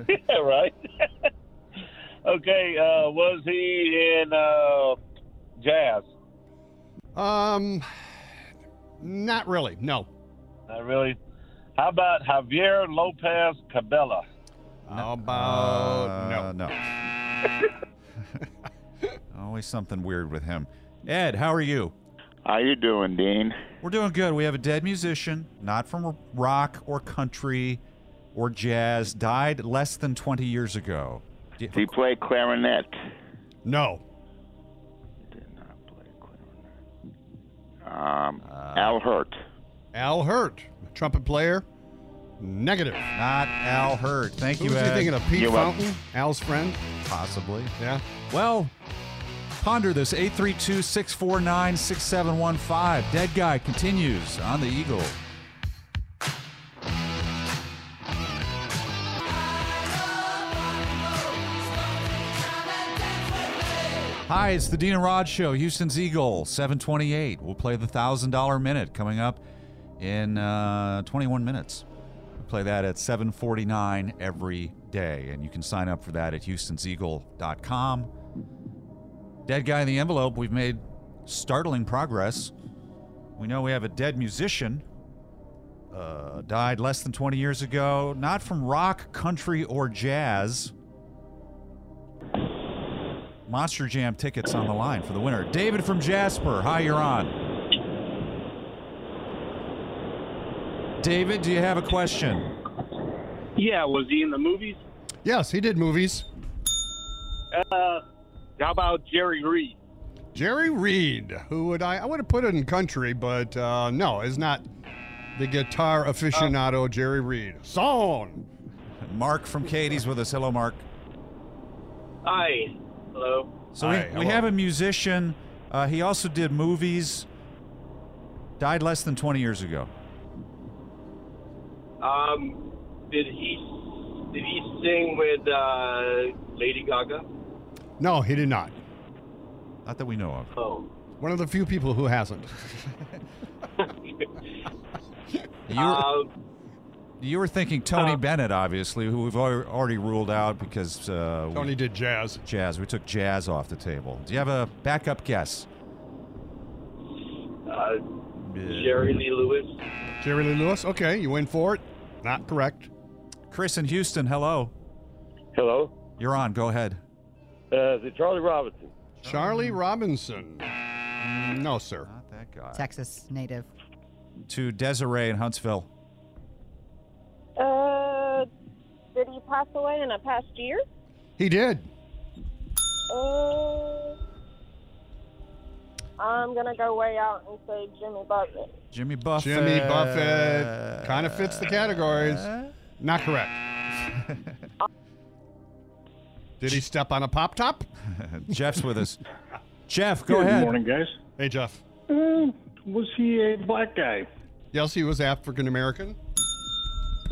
U: yeah, right. okay, uh, was he in uh, jazz?
D: Um, not really. No.
U: Not really. How about Javier Lopez Cabela?
D: How about
E: Uh, no. Uh, Always something weird with him. Ed, how are you?
V: How you doing, Dean?
E: We're doing good. We have a dead musician, not from rock or country or jazz, died less than 20 years ago. Do you-
V: He played clarinet.
D: no?
V: Um,
E: Uh.
V: Al Hurt.
D: Al Hurt, trumpet player. Negative.
E: Not Al Hurt. Thank
D: Who
E: you,
D: was he
E: Ed.
D: thinking of? Pete
E: You're welcome.
D: Fountain, Al's friend.
E: Possibly.
D: Yeah.
E: Well, ponder this 832 649 6715. Dead Guy continues on the Eagle. Hi, it's the Dean and Rod Show, Houston's Eagle, 728. We'll play the $1,000 minute coming up in uh, 21 minutes. We play that at 749 every day, and you can sign up for that at houstonseagle.com. Dead guy in the envelope, we've made startling progress. We know we have a dead musician, uh, died less than 20 years ago, not from rock, country, or jazz. Monster Jam tickets on the line for the winner. David from Jasper. Hi, you're on. David, do you have a question?
W: Yeah, was he in the movies?
D: Yes, he did movies.
W: Uh, how about Jerry Reed?
D: Jerry Reed, who would I? I would have put it in country, but uh, no, is not the guitar aficionado Jerry Reed. Song.
E: Oh. Mark from Katie's with us. Hello, Mark.
W: Hi. Hello.
E: So we, we have a musician. Uh, he also did movies. Died less than 20 years ago.
W: Um, did he did he sing with uh, Lady Gaga?
D: No, he did not.
E: Not that we know of.
W: Oh.
D: One of the few people who hasn't.
E: You were,
D: Uh,
E: you were thinking Tony Bennett, obviously, who we've al- already ruled out because uh, we-
D: Tony did jazz.
E: Jazz. We took jazz off the table. Do you have a backup guess?
W: Uh, Jerry Lee Lewis.
D: Jerry Lee Lewis. Okay, you win for it. Not correct.
E: Chris in Houston. Hello.
S: Hello.
E: You're on. Go ahead.
S: Uh, is it Charlie Robinson?
D: Charlie Robinson. No, sir.
E: Oh. Not that guy.
J: Texas native.
E: To Desiree in Huntsville.
K: Uh, did he pass away in a past year?
D: He did.
K: Uh, I'm gonna go way out and say Jimmy Buffett.
E: Jimmy Buffett.
D: Jimmy Buffett. Kind of fits the categories. Not correct. did he step on a pop top?
E: Jeff's with us. Jeff, go
S: Good
E: ahead.
S: morning, guys.
D: Hey, Jeff.
S: Uh, was he a black guy?
D: Yes, he was African American.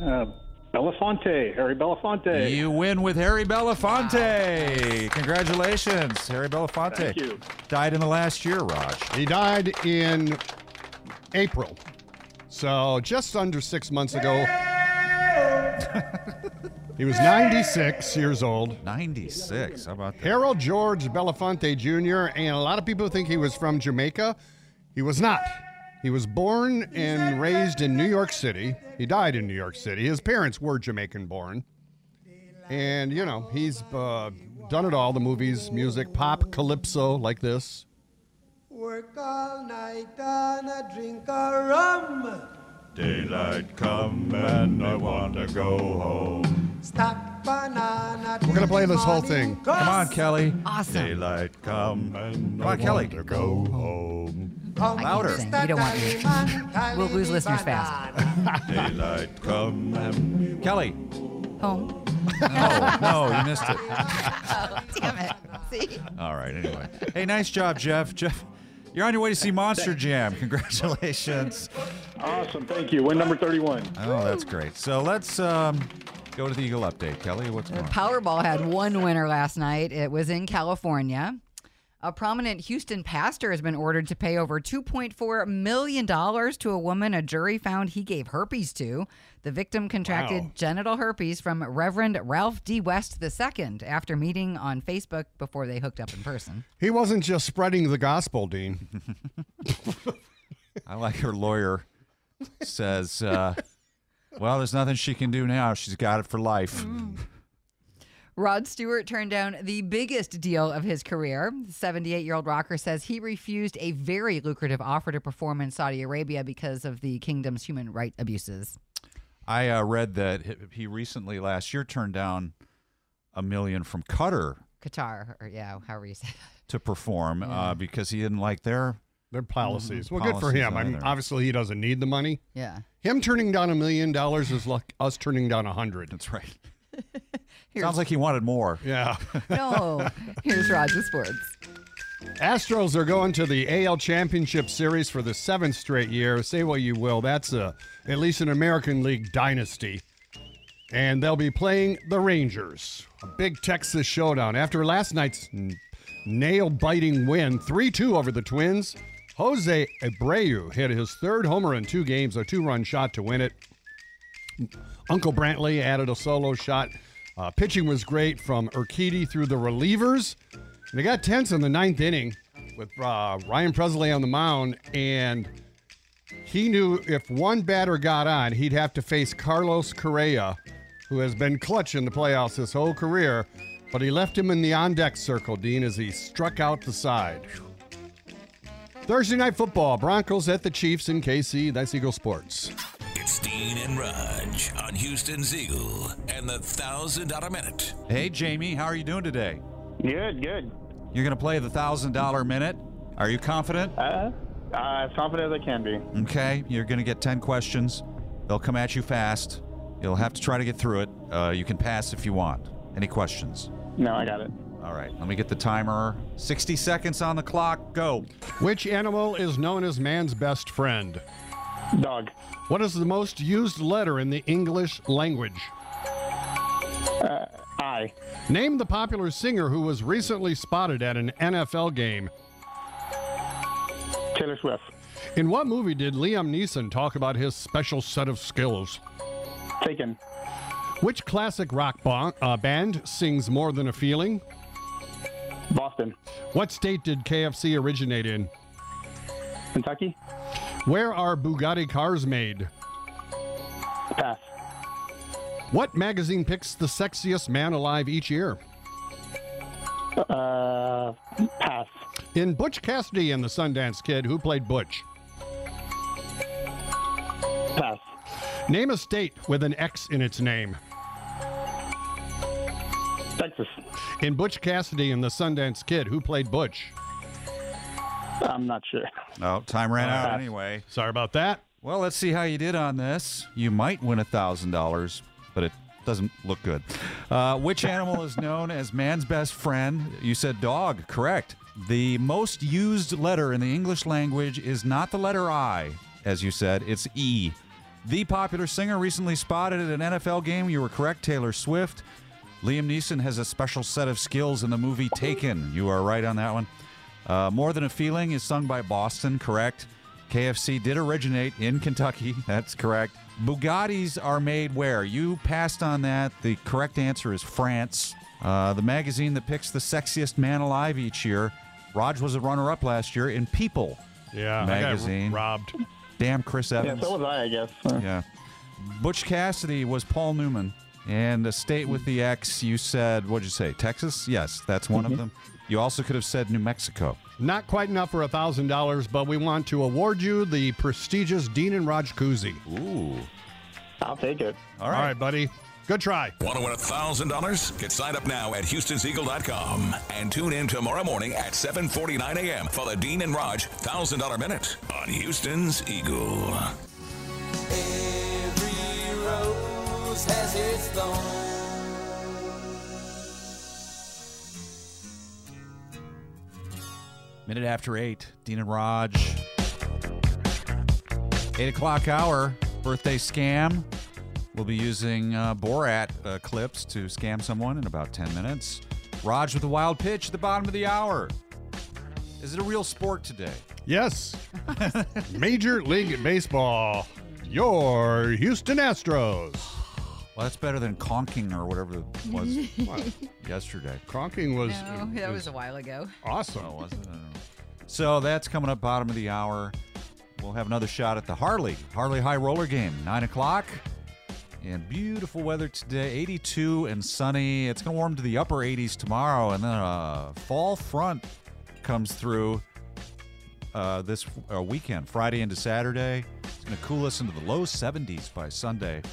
S: Uh, Belafonte, Harry Belafonte.
E: You win with Harry Belafonte. Congratulations, Harry Belafonte.
S: Thank you.
E: Died in the last year, Raj.
D: He died in April. So just under six months ago. he was 96 years old.
E: 96. How about that?
D: Harold George Belafonte Jr., and a lot of people think he was from Jamaica. He was not. He was born and raised in New York City. He died in New York City. His parents were Jamaican born. And, you know, he's uh, done it all the movies, music, pop, calypso, like this.
G: Work all night on a drink of rum.
E: Daylight come and I want to go home.
G: Stock banana.
D: We're going to play this whole thing.
E: Come on, Kelly.
J: Awesome.
E: Daylight come and come on, Kelly. go home. Louder.
J: You don't want me. We'll lose listeners fast.
E: Daylight come and Kelly.
J: Home.
E: No, no, you missed it.
J: Oh, damn it. See?
E: All right. Anyway, hey, nice job, Jeff. Jeff, you're on your way to see Monster Jam. Congratulations.
S: Awesome. Thank you. Win number 31.
E: Oh, that's great. So let's um, go to the Eagle update, Kelly. What's going on?
J: Powerball had one winner last night. It was in California. A prominent Houston pastor has been ordered to pay over $2.4 million to a woman a jury found he gave herpes to. The victim contracted
A: Wow.
J: genital herpes from Reverend Ralph D. West II after meeting on Facebook before they hooked up in person.
D: He wasn't just spreading the gospel, Dean.
E: I like her lawyer says, uh, well, there's nothing she can do now. She's got it for life.
J: Mm. Rod Stewart turned down the biggest deal of his career. The 78 year old rocker says he refused a very lucrative offer to perform in Saudi Arabia because of the kingdom's human rights abuses.
E: I uh, read that he- he recently last year turned down a million from Qatar
J: Qatar, or yeah, however you say that.
E: to perform
V: Mm.
E: uh, because he didn't like their
D: their policies. Well, good for him. I mean,
E: either.
D: obviously, he doesn't need the money.
J: Mm-hmm. Yeah.
D: Him turning down a million dollars is like us turning down a hundred.
E: That's right. Sounds like he wanted more.
D: Yeah.
J: No, here's Roger Sports.
D: Astros are going to the AL Championship Series for the seventh straight year. Say what you will, that's a at least an American League dynasty. And they'll be playing the Rangers. A big Texas showdown. After last night's nail biting win, 3 2 over the Twins, Jose Abreu hit his third homer in two games, a two run shot to win it. Uncle Brantley added a solo shot. Uh, pitching was great from Urquidy through the relievers. And it got tense in the ninth inning with uh, Ryan Presley on the mound, and he knew if one batter got on, he'd have to face Carlos Correa, who has been clutch in the playoffs his whole career. But he left him in the on deck circle, Dean, as he struck out the side. Thursday night football, Broncos at the Chiefs in KC. That's Eagle Sports.
O: It's Dean and Raj on Houston's Eagle and the thousand dollar minute.
E: Hey, Jamie, how are you doing today?
V: Good, good.
E: You're going to play the thousand dollar minute. Are you confident?
V: Uh, uh, as confident as I can be.
E: Okay, you're going to get 10 questions. They'll come at you fast. You'll have to try to get through it. Uh, you can pass if you want. Any questions?
V: No, I got it.
E: All right, let me get the timer. 60 seconds on the clock. Go.
D: Which animal is known as man's best friend?
V: Dog.
D: What is the most used letter in the English language?
V: Uh, I.
D: Name the popular singer who was recently spotted at an NFL game.
V: Taylor Swift.
D: In what movie did Liam Neeson talk about his special set of skills?
V: Taken.
D: Which classic rock bon- uh, band sings More Than a Feeling?
V: Boston.
D: What state did KFC originate in?
V: Kentucky.
D: Where are Bugatti cars made?
C: Ah.
V: Pass.
D: What magazine picks the sexiest man alive each year?
V: Uh, pass.
D: In Butch Cassidy and the Sundance Kid, who played Butch?
V: Pass.
D: Name a state with an X in its name.
V: Texas.
D: In Butch Cassidy and the Sundance Kid, who played Butch?
V: I'm not sure.
E: Oh, time ran out
D: Uh,
E: anyway.
D: Sorry about that.
E: Well, let's see how you did on this. You might win $1,000, but it Doesn't look good. Uh, which animal is known as man's best friend? You said dog, correct. The most used letter in the English language is not the letter I, as you said, it's E. The popular singer recently spotted at an NFL game. You were correct, Taylor Swift. Liam Neeson has a special set of skills in the movie Taken. You are right on that one. Uh, More Than a Feeling is sung by Boston, correct. KFC did originate in Kentucky. That's correct. Bugattis are made where? You passed on that. The correct answer is France. Uh, the magazine that picks the sexiest man alive each year. Raj was a runner up last year in People
A: Yeah, I got
E: magazine. robbed. Damn Chris Evans.
V: Yeah, so was I, I guess.
E: Yeah. Butch Cassidy was Paul Newman. And a state with the X, you said, what'd you say? Texas? Yes, that's one of
V: Mm-hmm.
E: them. You also could have said New Mexico.
D: Not quite enough for $1,000, but we want to award you the prestigious Dean and Raj koozie.
E: Ooh.
V: I'll take it.
D: All right, buddy. Good try.
B: Want to win $1,000? Get signed up now at Houston'sEagle.com and tune in tomorrow morning at 7.49 a.m. for the Dean and Raj $1,000 Minute on Houston's Eagle.
G: Every rose has its thorn.
E: Minute after eight, Dean and Raj. Eight o'clock hour, birthday scam. We'll be using uh, Borat uh, clips to scam someone in about 10 minutes. Raj with a wild pitch at the bottom of the hour. Is it a real sport today?
D: Yes. Major League Baseball. Your Houston Astros.
E: Well, that's better than conking or whatever it was
J: What?
E: yesterday.
D: Conking was.
J: No, that was a while ago.
D: Awesome.
E: wasn't So that's coming up bottom of the hour. We'll have another shot at the Harley, Harley High Roller game, 9 o'clock. And beautiful weather today, 82 and sunny. It's going to warm to the upper 80s tomorrow. And then a fall front comes through uh, this uh, weekend, Friday into Saturday. It's going to cool us into the low 70s by Sunday.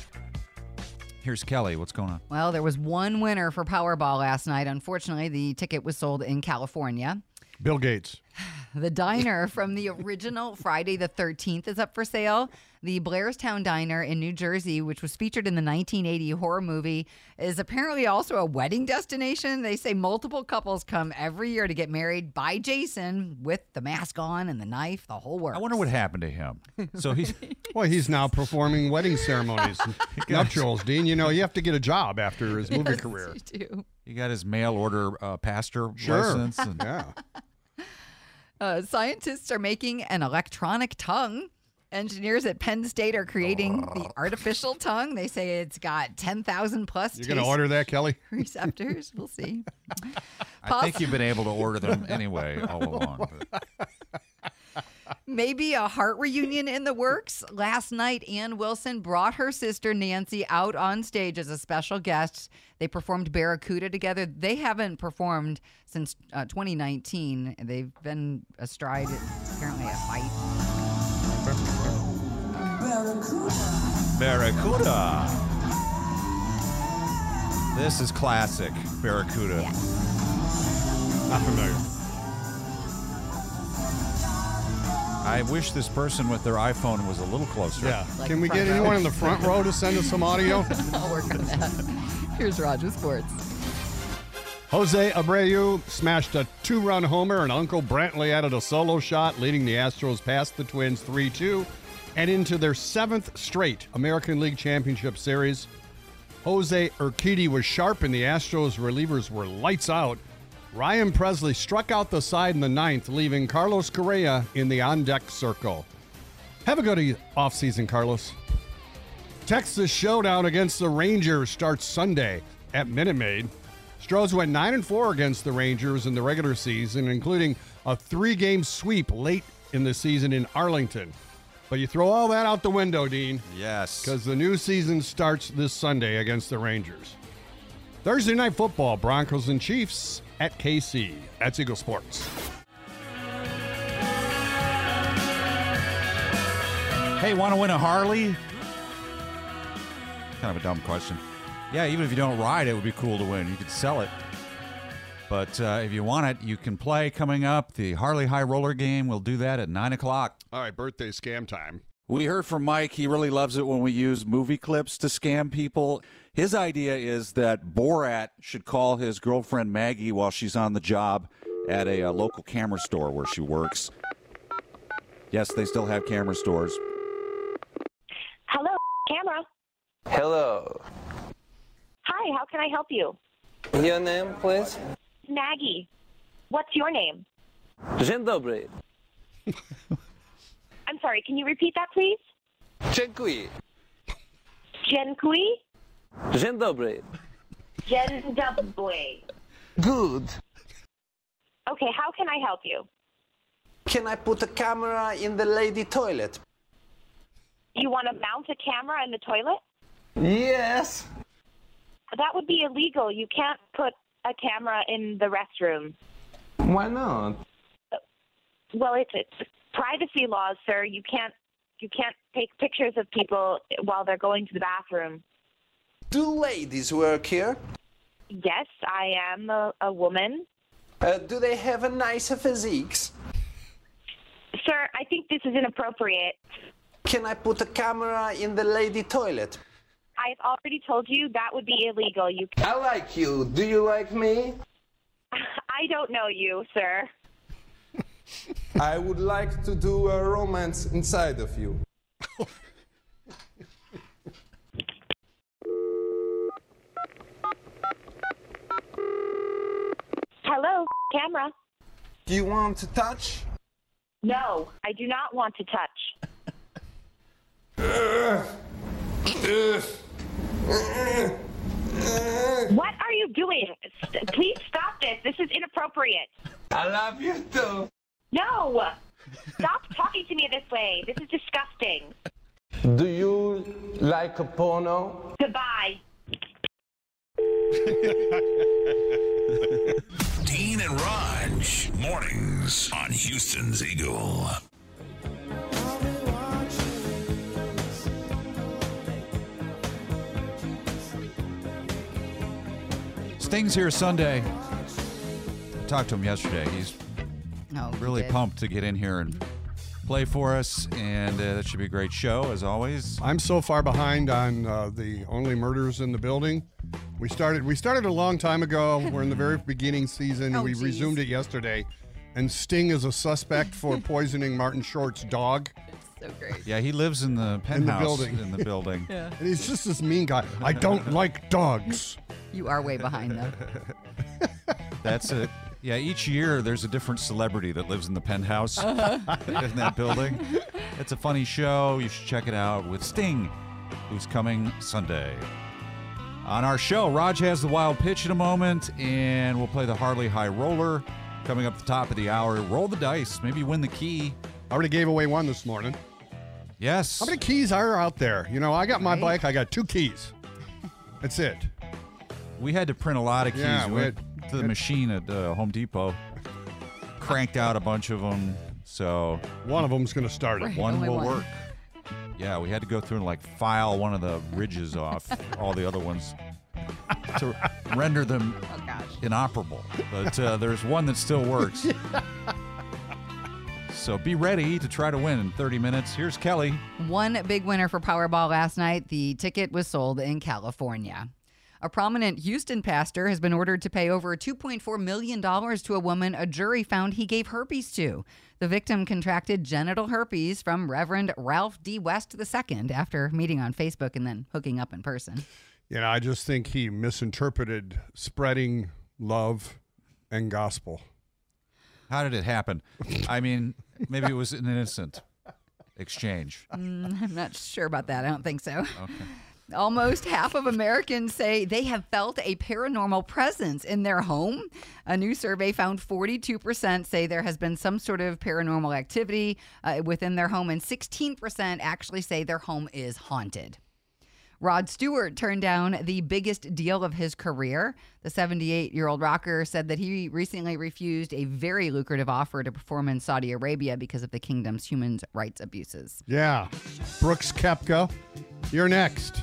E: Here's Kelly. What's going on?
J: Well, there was one winner for Powerball last night. Unfortunately, the ticket was sold in California.
D: Bill Gates.
J: The diner from the original Friday the 13th is up for sale. The Blairstown Diner in New Jersey, which was featured in the 1980 horror movie, is apparently also a wedding destination. They say multiple couples come every year to get married by Jason with the mask on and the knife, the whole works.
E: I wonder what happened to him. So he's
D: Well, he's now performing wedding ceremonies, nuptials. Dean, you know you have to get a job after his movie
J: Yes,
D: career.
J: you do.
E: he got his mail order uh, pastor
D: Sure.
E: license. And,
D: yeah.
J: Uh, scientists are making an electronic tongue. Engineers at Penn State are creating the artificial tongue. They say it's got 10,000 plus
D: You're going to
J: taste
D: order that, Kelly?
J: receptors. We'll see.
E: I think you've been able to order them anyway all along.
J: Maybe a heart reunion in the works. Last night, Ann Wilson brought her sister Nancy out on stage as a special guest. They performed Barracuda together. They haven't performed since uh, 2019. They've been astride, apparently, a fight.
E: Barracuda. This is classic Barracuda. Not familiar. I wish this person with their iPhone was a little closer.
D: Yeah. Can we get anyone in the front row to send us some audio?
J: I'll work on that. Here's Roger Sports.
D: Jose Abreu smashed a two run homer, and Uncle Brantley added a solo shot, leading the Astros past the Twins 3 2 and into their seventh straight American League Championship Series. Jose Urquidy was sharp, and the Astros relievers were lights out. Ryan Presley struck out the side in the ninth, leaving Carlos Correa in the on deck circle. Have a good e- offseason, Carlos. Texas showdown against the Rangers starts Sunday at Minute Maid. Stros went 9 and 4 against the Rangers in the regular season, including a three game sweep late in the season in Arlington. But you throw all that out the window, Dean.
E: Yes.
D: Because the new season starts this Sunday against the Rangers. Thursday night football, Broncos and Chiefs at KC. That's Eagle Sports.
E: Hey, want to win a Harley? Kind of a dumb question. Yeah, even if you don't ride, it would be cool to win. You could sell it. But uh, if you want it, you can play coming up. The Harley High Roller game, we'll do that at 9 o'clock.
D: All right, birthday scam time.
E: We heard from Mike. He really loves it when we use movie clips to scam people. His idea is that Borat should call his girlfriend Maggie while she's on the job at a, uh local camera store where she works. Yes, they still have camera stores.
M: Hello, camera.
A: Hello.
M: Hi, how can I help you?
A: Your name, please?
M: Maggie. What's your name?
A: Dzień dobry.
M: I'm sorry, can you repeat that, please?
A: Dziękuję.
M: Jen Kui?
A: Dzień dobry.
M: Jen Dubway.
C: Good.
M: Okay, how can I help you?
C: Can I put a camera in the lady toilet?
M: You want to mount a camera in the toilet?
C: Yes.
M: That would be illegal. You can't put a camera in the restroom.
A: Why not?
M: Well, it's, it's privacy laws, sir. You can't you can't take pictures of people while they're going to the bathroom.
C: Do ladies work here?
M: Yes, I am a, a woman.
C: Uh, do they have a nicer physiques?
M: Sir, I think this is inappropriate.
C: Can I put a camera in the lady toilet?
M: I've already told you that would be illegal. You
C: I like you. Do you like me?
M: I don't know you, sir.
N: I would like to do a romance inside of you.
M: Hello, camera.
N: Do you want to touch?
M: No, I do not want to touch. What are you doing? St- Please stop this. This is inappropriate.
A: I love you too.
M: No! Stop talking to me this way. This is disgusting.
A: Do you like a porno?
M: Goodbye.
O: Dean and Raj, mornings on Houston's Eagle.
E: Sting's here Sunday. I talked to him yesterday. He's really
J: did.
E: pumped to get in here and play for us, and uh, that should be a great show as always.
D: I'm so far behind on uh, the only murders in the building. We started we started a long time ago. We're in the very beginning season.
J: Oh,
D: we
J: geez.
D: resumed it yesterday, and Sting is a suspect for poisoning Martin Short's dog.
J: So great.
E: Yeah, he lives in the penthouse
D: building.
E: In the building.
J: Yeah.
D: And he's just this mean guy. I don't like dogs.
J: You are way behind though.
E: That's it. Yeah, each year there's a different celebrity that lives in the penthouse in that building. It's a funny show. You should check it out with Sting, who's coming Sunday. On our show, Raj has the wild pitch in a moment, and we'll play the Harley High Roller coming up the top of the hour. Roll the dice, maybe win the key.
D: I already gave away one this morning.
E: Yes.
D: How many keys are out there? You know, I got my bike. I got two keys. That's it.
E: We had to print a lot of keys.
D: Yeah,
E: we
D: we
E: went
D: had-
E: to the machine at uh, Home Depot, cranked out a bunch of them. So
D: one of them's going to start
E: it.
D: Right,
E: One
D: only
E: will
D: one.
E: work. Yeah, we had to go through and like file one of the ridges off all the other ones to render them
D: Oh,
E: inoperable. But uh, there's one that still works. So be ready to try to win in 30 minutes. Here's Kelly.
J: One big winner for Powerball last night. The ticket was sold in California. A prominent Houston pastor has been ordered to pay over $2.4 million to a woman a jury found he gave herpes to. The victim contracted genital herpes from Reverend Ralph D. West II after meeting on Facebook and then hooking up in person.
D: You know, I just think he misinterpreted spreading love and gospel.
E: How did it happen? I mean, maybe it was an innocent exchange.
J: Mm, I'm not sure about that. I don't think so. Almost half of Americans say they have felt a paranormal presence in their home. A new survey found 42% say there has been some sort of paranormal activity uh, within their home, and 16% actually say their home is haunted. Rod Stewart turned down the biggest deal of his career. The 78 year old rocker said that he recently refused a very lucrative offer to perform in Saudi Arabia because of the kingdom's human rights abuses.
D: Yeah. Brooks Kepka, you're next.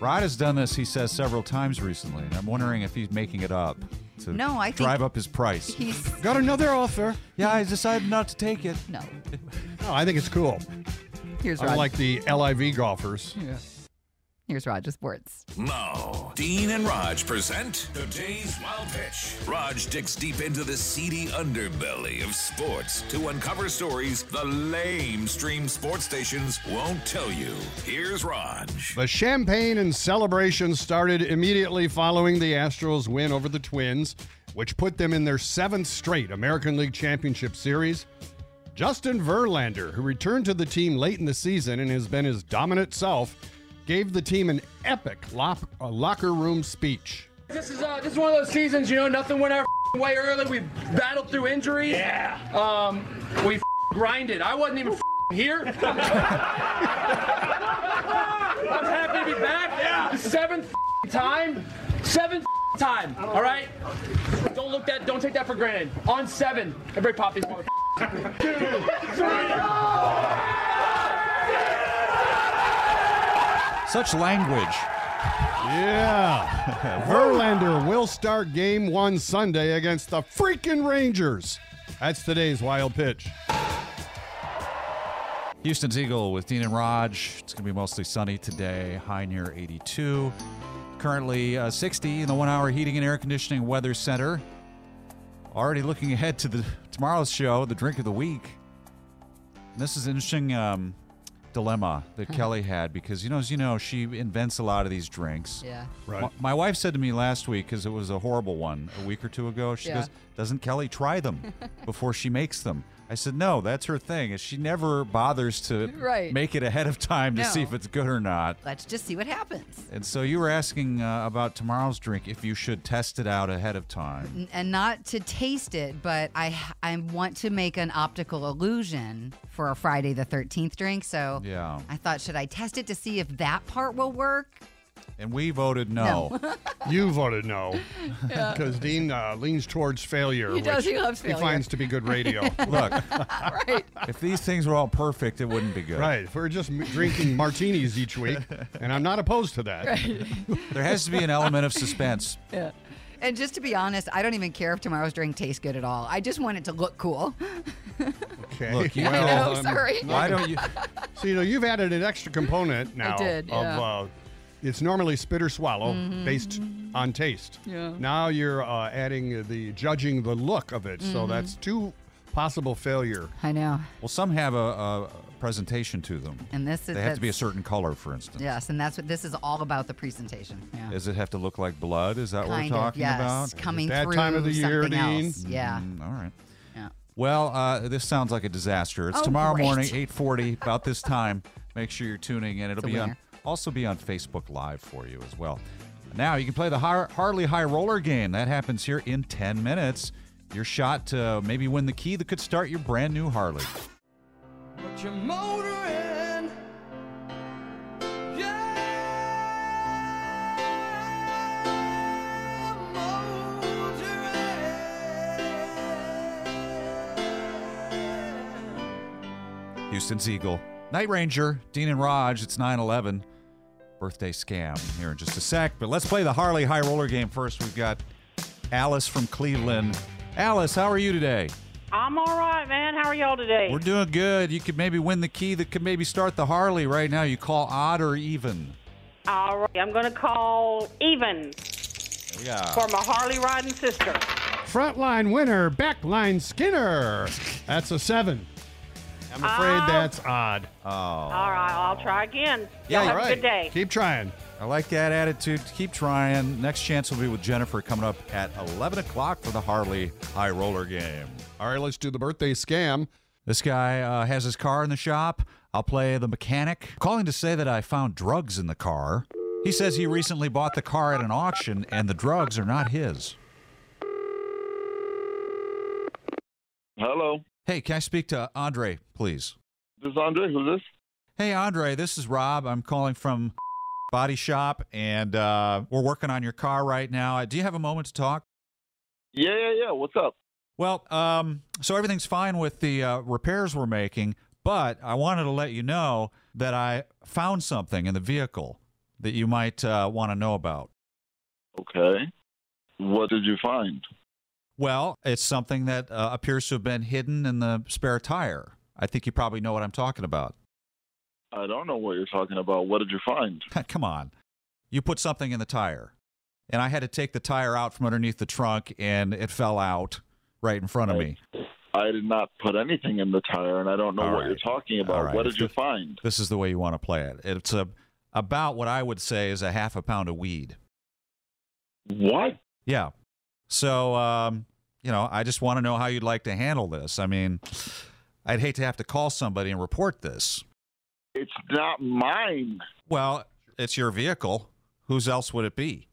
E: Rod has done this, he says, several times recently, and I'm wondering if he's making it up to
J: No, I think
E: drive up his price.
J: He's
D: Got another offer.
E: Yeah, I decided not to take it.
J: No.
D: Oh, No, I think it's cool.
J: Here's Rod.
D: Unlike the LIV golfers.
J: Yeah. Here's Roger Sports.
O: Now, Dean and Raj present today's Wild Pitch. Raj digs deep into the seedy underbelly of sports to uncover stories the lame stream sports stations won't tell you. Here's Raj.
D: The champagne and celebration started immediately following the Astros' win over the Twins, which put them in their seventh straight American League Championship Series. Justin Verlander, who returned to the team late in the season and has been his dominant self, gave the team an epic lop- uh, locker room speech.
F: This is uh, this is one of those seasons, you know, nothing went our f***ing way early. We battled through injuries. Yeah. Um, we f***ing grinded. I wasn't even f***ing here. I'm happy to be back. Yeah. The seventh f***ing time. Seventh f***ing time. All right. Don't look that. Don't take that for granted. On seven, everybody pop these. mother-
D: Such language. Yeah. Verlander will start game one Sunday against the freaking Rangers. That's today's wild pitch.
E: Houston's Eagle with Dean and Raj. It's going to be mostly sunny today, high near 82. Currently uh, 60 in the one hour heating and air conditioning weather center. Already looking ahead to the tomorrow's show, the drink of the week. And this is an interesting um, dilemma
J: Hmm.
E: that Kelly had because, you know, as you know, she invents a lot of these drinks.
J: Yeah.
E: Right. My, my wife said to me last week, because it was a horrible one a week or two ago, she
J: Yeah.
E: goes, Doesn't Kelly try them before she makes them? I said, No, that's her thing. is She never bothers to
J: Right.
E: make it ahead of time to see
J: No.
E: if it's good or not.
J: Let's just see what happens.
E: And so you were asking uh, about tomorrow's drink if you should test it out ahead of time.
J: N- And not to taste it, but I I want to make an optical illusion for a Friday the 13th drink. So
E: Yeah.
J: I thought, should I test it to see if that part will work?
E: And we voted no.
D: you voted no.
J: Yeah.
D: Because Dean uh, leans towards failure.
J: He does,
D: which
J: he loves failure.
D: He finds to be good radio.
E: Look, if these things were all perfect, it wouldn't be good.
D: Right. If we're just m- drinking martinis each week, and I'm not opposed to that.
E: There has to be an element of suspense.
J: Yeah. And just to be honest, I don't even care if tomorrow's drink tastes good at all. I just want it to look cool.
D: Okay.
E: Look, you
J: I
E: know,
J: know, sorry.
E: why don't you?
D: So you know you've added an extra component now.
J: did, yeah.
D: Of, uh, it's normally spit or swallow
J: Mhm.
D: based on taste.
J: Yeah.
D: Now you're uh, adding the judging the look of it. So
J: Mhm.
D: that's two possible failure.
J: I know.
E: Well, some have a, a presentation to them.
J: And this is
E: they have to be a
J: that's-
E: certain color, for instance.
J: Yes, and that's what this is all about the presentation. Yeah.
E: Does it have to look like blood? Is that what we're
J: Kind of,
E: talking
J: yes.
E: about?
J: Coming That time of through the year, something Dean? else. Yeah.
E: Mm, all right.
J: Yeah.
E: Well, uh, this sounds like a disaster. It's
J: Oh,
E: tomorrow
J: great.
E: morning, 8:40, about this time. Make sure you're tuning in. It'll
J: It's a
E: be on
J: winner.
E: also be on Facebook Live for you as well. Now you can play the Har- Harley High Roller game. That happens here in 10 minutes. Your shot to maybe win the key that could start your brand new Harley.
G: Put your motor in.
E: Houston's Eagle. Night Ranger, Dean and Raj, it's 9 11. Birthday scam here in just a sec. But let's play the Harley High Roller game first. We've got Alice from Cleveland. Alice, how are you today?
H: I'm all right, man. How are y'all today?
E: We're doing good. You could maybe win the key that could maybe start the Harley right now. You call odd or even.
H: all right. I'm going to call even
E: Yeah.
H: for my Harley riding sister.
D: Frontline winner, backline Skinner. That's a seven. I'm afraid
H: Oh.
D: that's odd.
E: Oh.
H: All right. I'll try again. y'all have a good day.
D: Keep trying.
E: I like that attitude. Keep trying. Next chance will be with Jennifer coming up at 11 o'clock for the Harley High Roller game.
D: All right, let's do the birthday scam.
E: This guy uh, has his car in the shop. I'll play the mechanic. Calling to say that I found drugs in the car. He says he recently bought the car at an auction and the drugs are not his.
P: Hello.
E: Hey, can I speak to Andre, please?
P: This is Andre. Who's this?
E: Hey, Andre, this is Rob. I'm calling from Body Shop, and uh, we're working on your car right now. Uh, Do you have a moment to talk?
P: Yeah, yeah, yeah. What's up?
E: Well, um, so everything's fine with the uh, repairs we're making, but I wanted to let you know that I found something in the vehicle that you might uh, want to know about.
P: Okay. What did you find?
E: Well, it's something that uh, appears to have been hidden in the spare tire. I think you probably know what I'm talking about.
P: I don't know what you're talking about. What did you find?
E: Come on. You put something in the tire. And I had to take the tire out from underneath the trunk and it fell out right in front of me.
P: I did not put anything in the tire, and I don't know
E: All
P: what
E: right.
P: you're talking about.
E: All right.
P: What
E: If
P: did you
E: the-
P: find?
E: This is the way you want to play it. It's a, about what I would say is a half a pound of weed.
P: What?
E: Yeah. So, um, you know, I just want to know how you'd like to handle this. I mean, I'd hate to have to call somebody and report this.
P: It's not mine.
E: Well, it's your vehicle. Whose else would it be?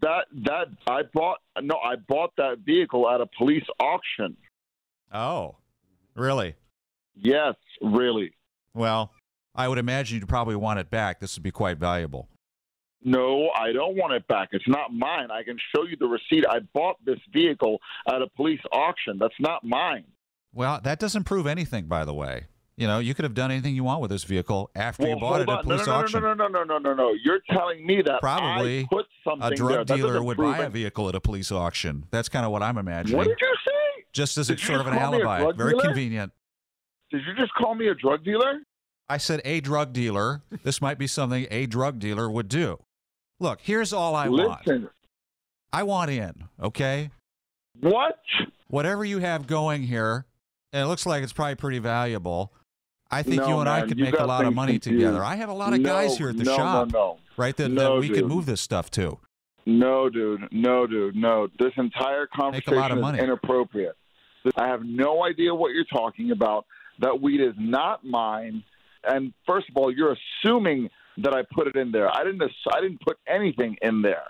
P: That that I bought. No, I bought that vehicle at a police auction.
E: Oh, really?
P: Yes, really.
E: Well, I would imagine you'd probably want it back. This would be quite valuable.
P: No, I don't want it back. It's not mine. I can show you the receipt. I bought this vehicle at a police auction. That's not mine.
E: Well, that doesn't prove anything, by the way. You know, you could have done anything you want with this vehicle after you bought it at
P: Hold on. No,
E: police
P: no, no,
E: auction.
P: no, no, no, no, no, no, no. You're telling me that
E: Probably
P: I put something
E: a drug
P: there. That
E: dealer
P: doesn't
E: would
P: prove
E: buy a
P: it.
E: vehicle at a police auction. That's kind of what I'm imagining.
P: What did you say?
E: Just as
P: Did
E: it's
P: you
E: sort of
P: just
E: an
P: call me a
E: alibi.
P: drug
E: Very
P: dealer?
E: convenient.
P: Did you just call me a drug dealer?
E: I said a drug dealer. this might be something a drug dealer would do. Look, here's all I want.
P: Listen.
E: I want in, okay?
P: What?
E: Whatever you have going here, and it looks like it's probably pretty valuable. I think
P: No,
E: you and I
P: man,
E: could
P: you
E: make a
P: got
E: lot of
P: things
E: money
P: confused.
E: together. I have a lot of
P: No,
E: guys here at the
P: no, no,
E: shop,
P: no.
E: right? That,
P: No,
E: that we could
P: dude.
E: move this stuff to.
P: No, dude. No, dude. No. This entire
E: a lot of
P: conversation is
E: money.
P: inappropriate. I have no idea what you're talking about. That weed is not mine. And first of all, you're assuming that I put it in there. I didn't. ass- I didn't put anything in there.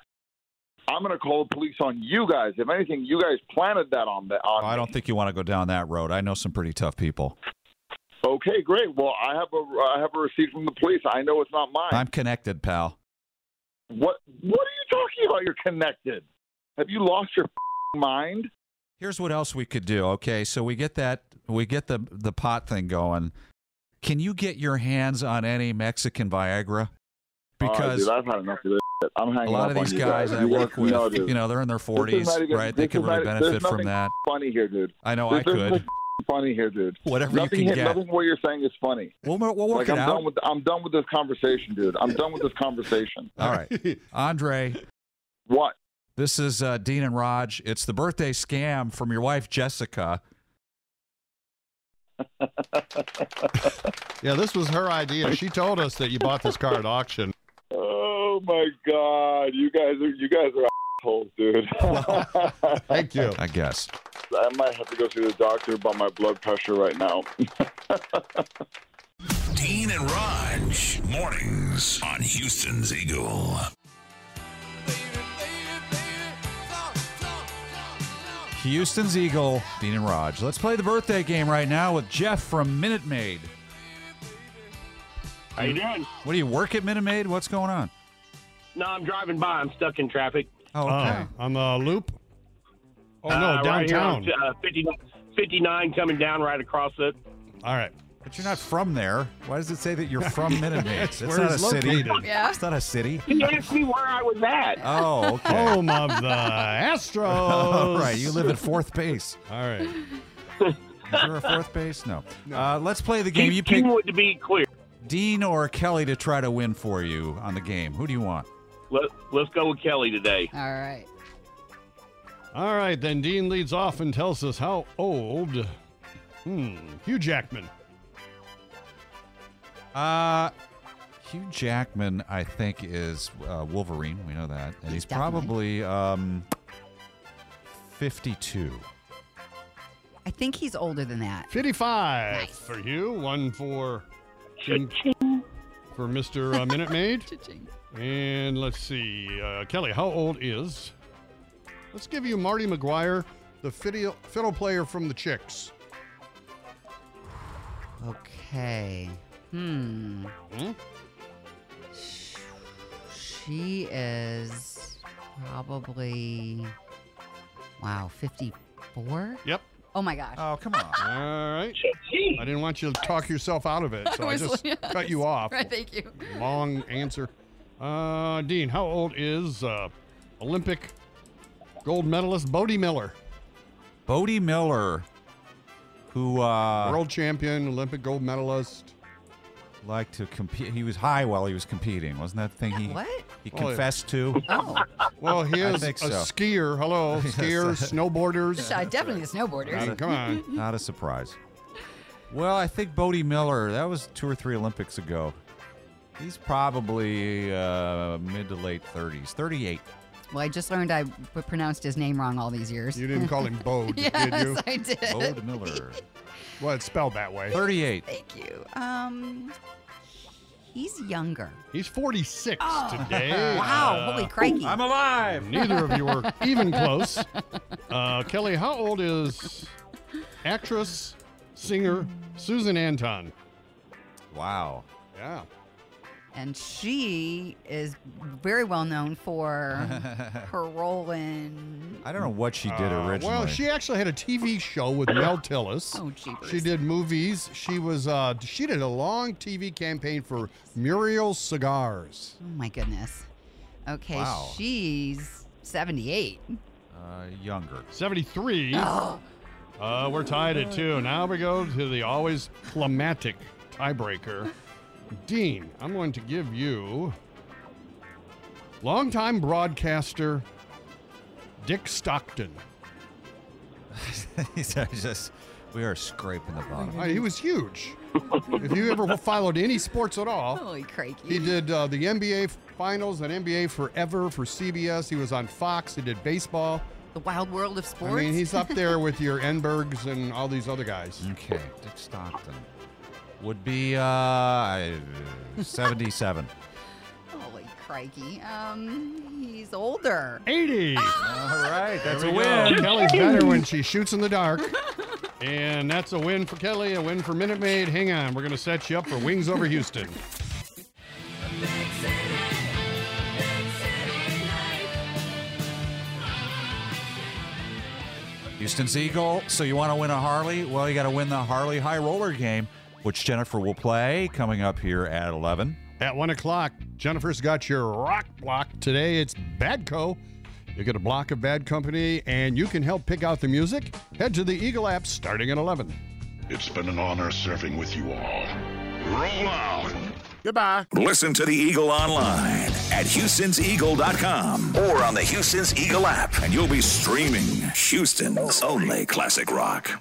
P: I'm gonna call the police on you guys. If anything, you guys planted that on the on.
E: I don't think you want to go down that road. I know some pretty tough people.
P: Okay, great. Well, I have a I have a receipt from the police. I know it's not mine.
E: I'm connected, pal.
P: What What are you talking about? You're connected. Have you lost your mind?
E: Here's what else we could do. Okay, so we get that we get the the pot thing going. Can you get your hands on any Mexican
D: Uh,
E: Viagra?
P: All right,
E: Because
P: dude, I've had enough of this. shit. I'm
E: a
P: hanging
E: lot
P: up
E: of
P: on
E: these
P: you
E: guys I
P: You
E: work
P: guys
E: with,
P: know, dude.
E: you know, they're in their
P: This is
E: 40s,
P: not even-
E: right? They
P: this
E: could
P: is
E: really
P: not-
E: benefit
P: there's
E: from
P: nothing
E: that.
P: Funny here, dude.
E: I know I
P: This is
E: could.
P: nothing Funny here, dude.
E: Whatever you
P: nothing
E: can
P: here-
E: get.
P: Nothing what you're saying is funny.
E: We'll, we'll work
P: like,
E: it
P: I'm
E: out.
P: Done with, I'm done with this conversation, dude. I'm done with this conversation.
E: All right, Andre.
P: What?
E: This is uh, Dean and Raj. It's the birthday scam from your wife Jessica.
D: Yeah, this was her idea. She told us that you bought this car at auction.
P: Oh my god, you guys are you guys are assholes, dude.
D: Thank you.
E: I guess.
P: I might have to go see the doctor about my blood pressure right now.
B: Dean and Raj, mornings on Houston's Eagle.
E: Houston's Eagle, Dean and Raj. Let's play the birthday game right now with Jeff from Minute Maid.
I: How you doing?
E: What do you work at Minute Maid? What's going on?
I: No, I'm driving by. I'm stuck in traffic.
E: Oh,
D: okay. on the loop? Oh, no,
I: Uh, right here on,
D: downtown.
I: uh, 59, 59 coming down right across it.
D: All right.
E: But you're not from there. Why does it say that you're from Minute Maid?
D: That's
E: it's
D: where
E: not a
D: it's
E: city.
D: located.
I: Yeah.
E: It's not a city.
I: He asked me where I was at.
E: Oh, okay.
D: Home of the Astros. Oh,
E: All right, you live at fourth base. All right. Is there a fourth base? No. Uh, let's play the game.
I: He-
E: You
I: he
E: pick
I: wanted to be clear.
E: Dean or Kelly to try to win for you on the game. Who do you want?
I: Let, let's go with Kelly today.
J: All right.
D: All right, then Dean leads off and tells us how old. Hmm. Hugh Jackman.
E: Uh, Hugh Jackman, I think, is uh, Wolverine. We know that. And he's probably um, 52.
J: I think he's older than that.
D: 55 for you, one for Jim, for Mr. Uh, Minute Maid. and let's see, uh, Kelly, how old is? Let's give you Marty McGuire, the fiddle, fiddle player from the Chicks.
J: Okay. Hmm. She is probably wow, 54?
D: Yep.
J: Oh my gosh.
E: Oh, come on.
D: All right. I didn't want you to talk yourself out of it, so I,
J: was
D: just
J: like-
D: cut you off.
J: Right, thank you.
D: Long answer. Uh, Dean, how old is uh, Olympic gold medalist Bodie Miller?
E: Bodie Miller, who uh,
D: world champion, Olympic gold medalist.
E: like to compete. He was high while he was competing, wasn't that the thing he
J: What?
E: he
D: Oh, yeah.
E: confessed to?
J: Oh.
D: Well, he
E: I
D: is a
E: think so.
D: skier. Hello,
E: Yes.
D: skiers, snowboarders.
J: Uh, definitely a
E: Not
J: snowboarder.
E: a- Not a surprise. Well, I think Bodie Miller, that was two or three Olympics ago. He's probably uh, mid to late 30s, 38.
J: Well, I just learned I p- pronounced his name wrong all these years.
E: You didn't call him Bode, did
J: yes,
E: you?
J: I did.
E: Bode Miller.
D: Well, it's spelled that way.
E: 38.
J: Thank you. Um, he's younger.
D: He's 46 today.
J: Oh. Wow,
D: Uh,
J: holy crikey.
D: I'm alive. Neither of you were even close. Uh, Kelly, how old is actress, singer Susan Anton?
E: Wow.
D: Yeah.
J: And she is very well known for her role in.
E: I don't know what she did
D: Uh,
E: originally.
D: Well, she actually had a TV show with Mel Tillis.
J: Oh, jeepers.
D: She did movies. She was uh, she did a long TV campaign for Muriel Cigars.
J: Oh my goodness. Okay,
D: Wow.
J: she's 78.
E: Uh, younger.
D: 73.
J: Oh.
D: Uh, we're tied at two. Now we go to the always climatic tiebreaker. Dean, I'm going to give you longtime broadcaster Dick Stockton.
E: These are just, we are scraping the bottom.
D: Uh, he was huge. if you ever followed any sports at all,
J: Holy crikey.
D: he did uh, the NBA finals and NBA forever for CBS. He was on Fox. He did baseball.
J: The wild world of sports.
D: I mean, he's up there with your Enbergs and all these other guys.
E: Okay, Dick Stockton would be uh, 77.
J: Holy crikey. Um, he's older. Ah!
D: 80. All
E: right, that's
D: There
E: a
D: we
E: win.
D: go. Kelly's better when she shoots in the dark. And that's a win for Kelly, a win for Minute Maid. Hang on, we're going to set you up for Wings Over Houston.
E: Houston's Eagle. So you want to win a Harley? Well, you got to win the Harley High Roller game, which Jennifer will play coming up here at 11.
D: At 1 o'clock, Jennifer's got your rock block. Today it's Badco. You get a block of Bad Company, and you can help pick out the music. Head to the Eagle app starting at 11.
L: It's been an honor serving with you all. Roll out. Goodbye.
B: Listen to the Eagle online at Houston'sEagle.com or on the Houston's Eagle app, and you'll be streaming Houston's only classic rock.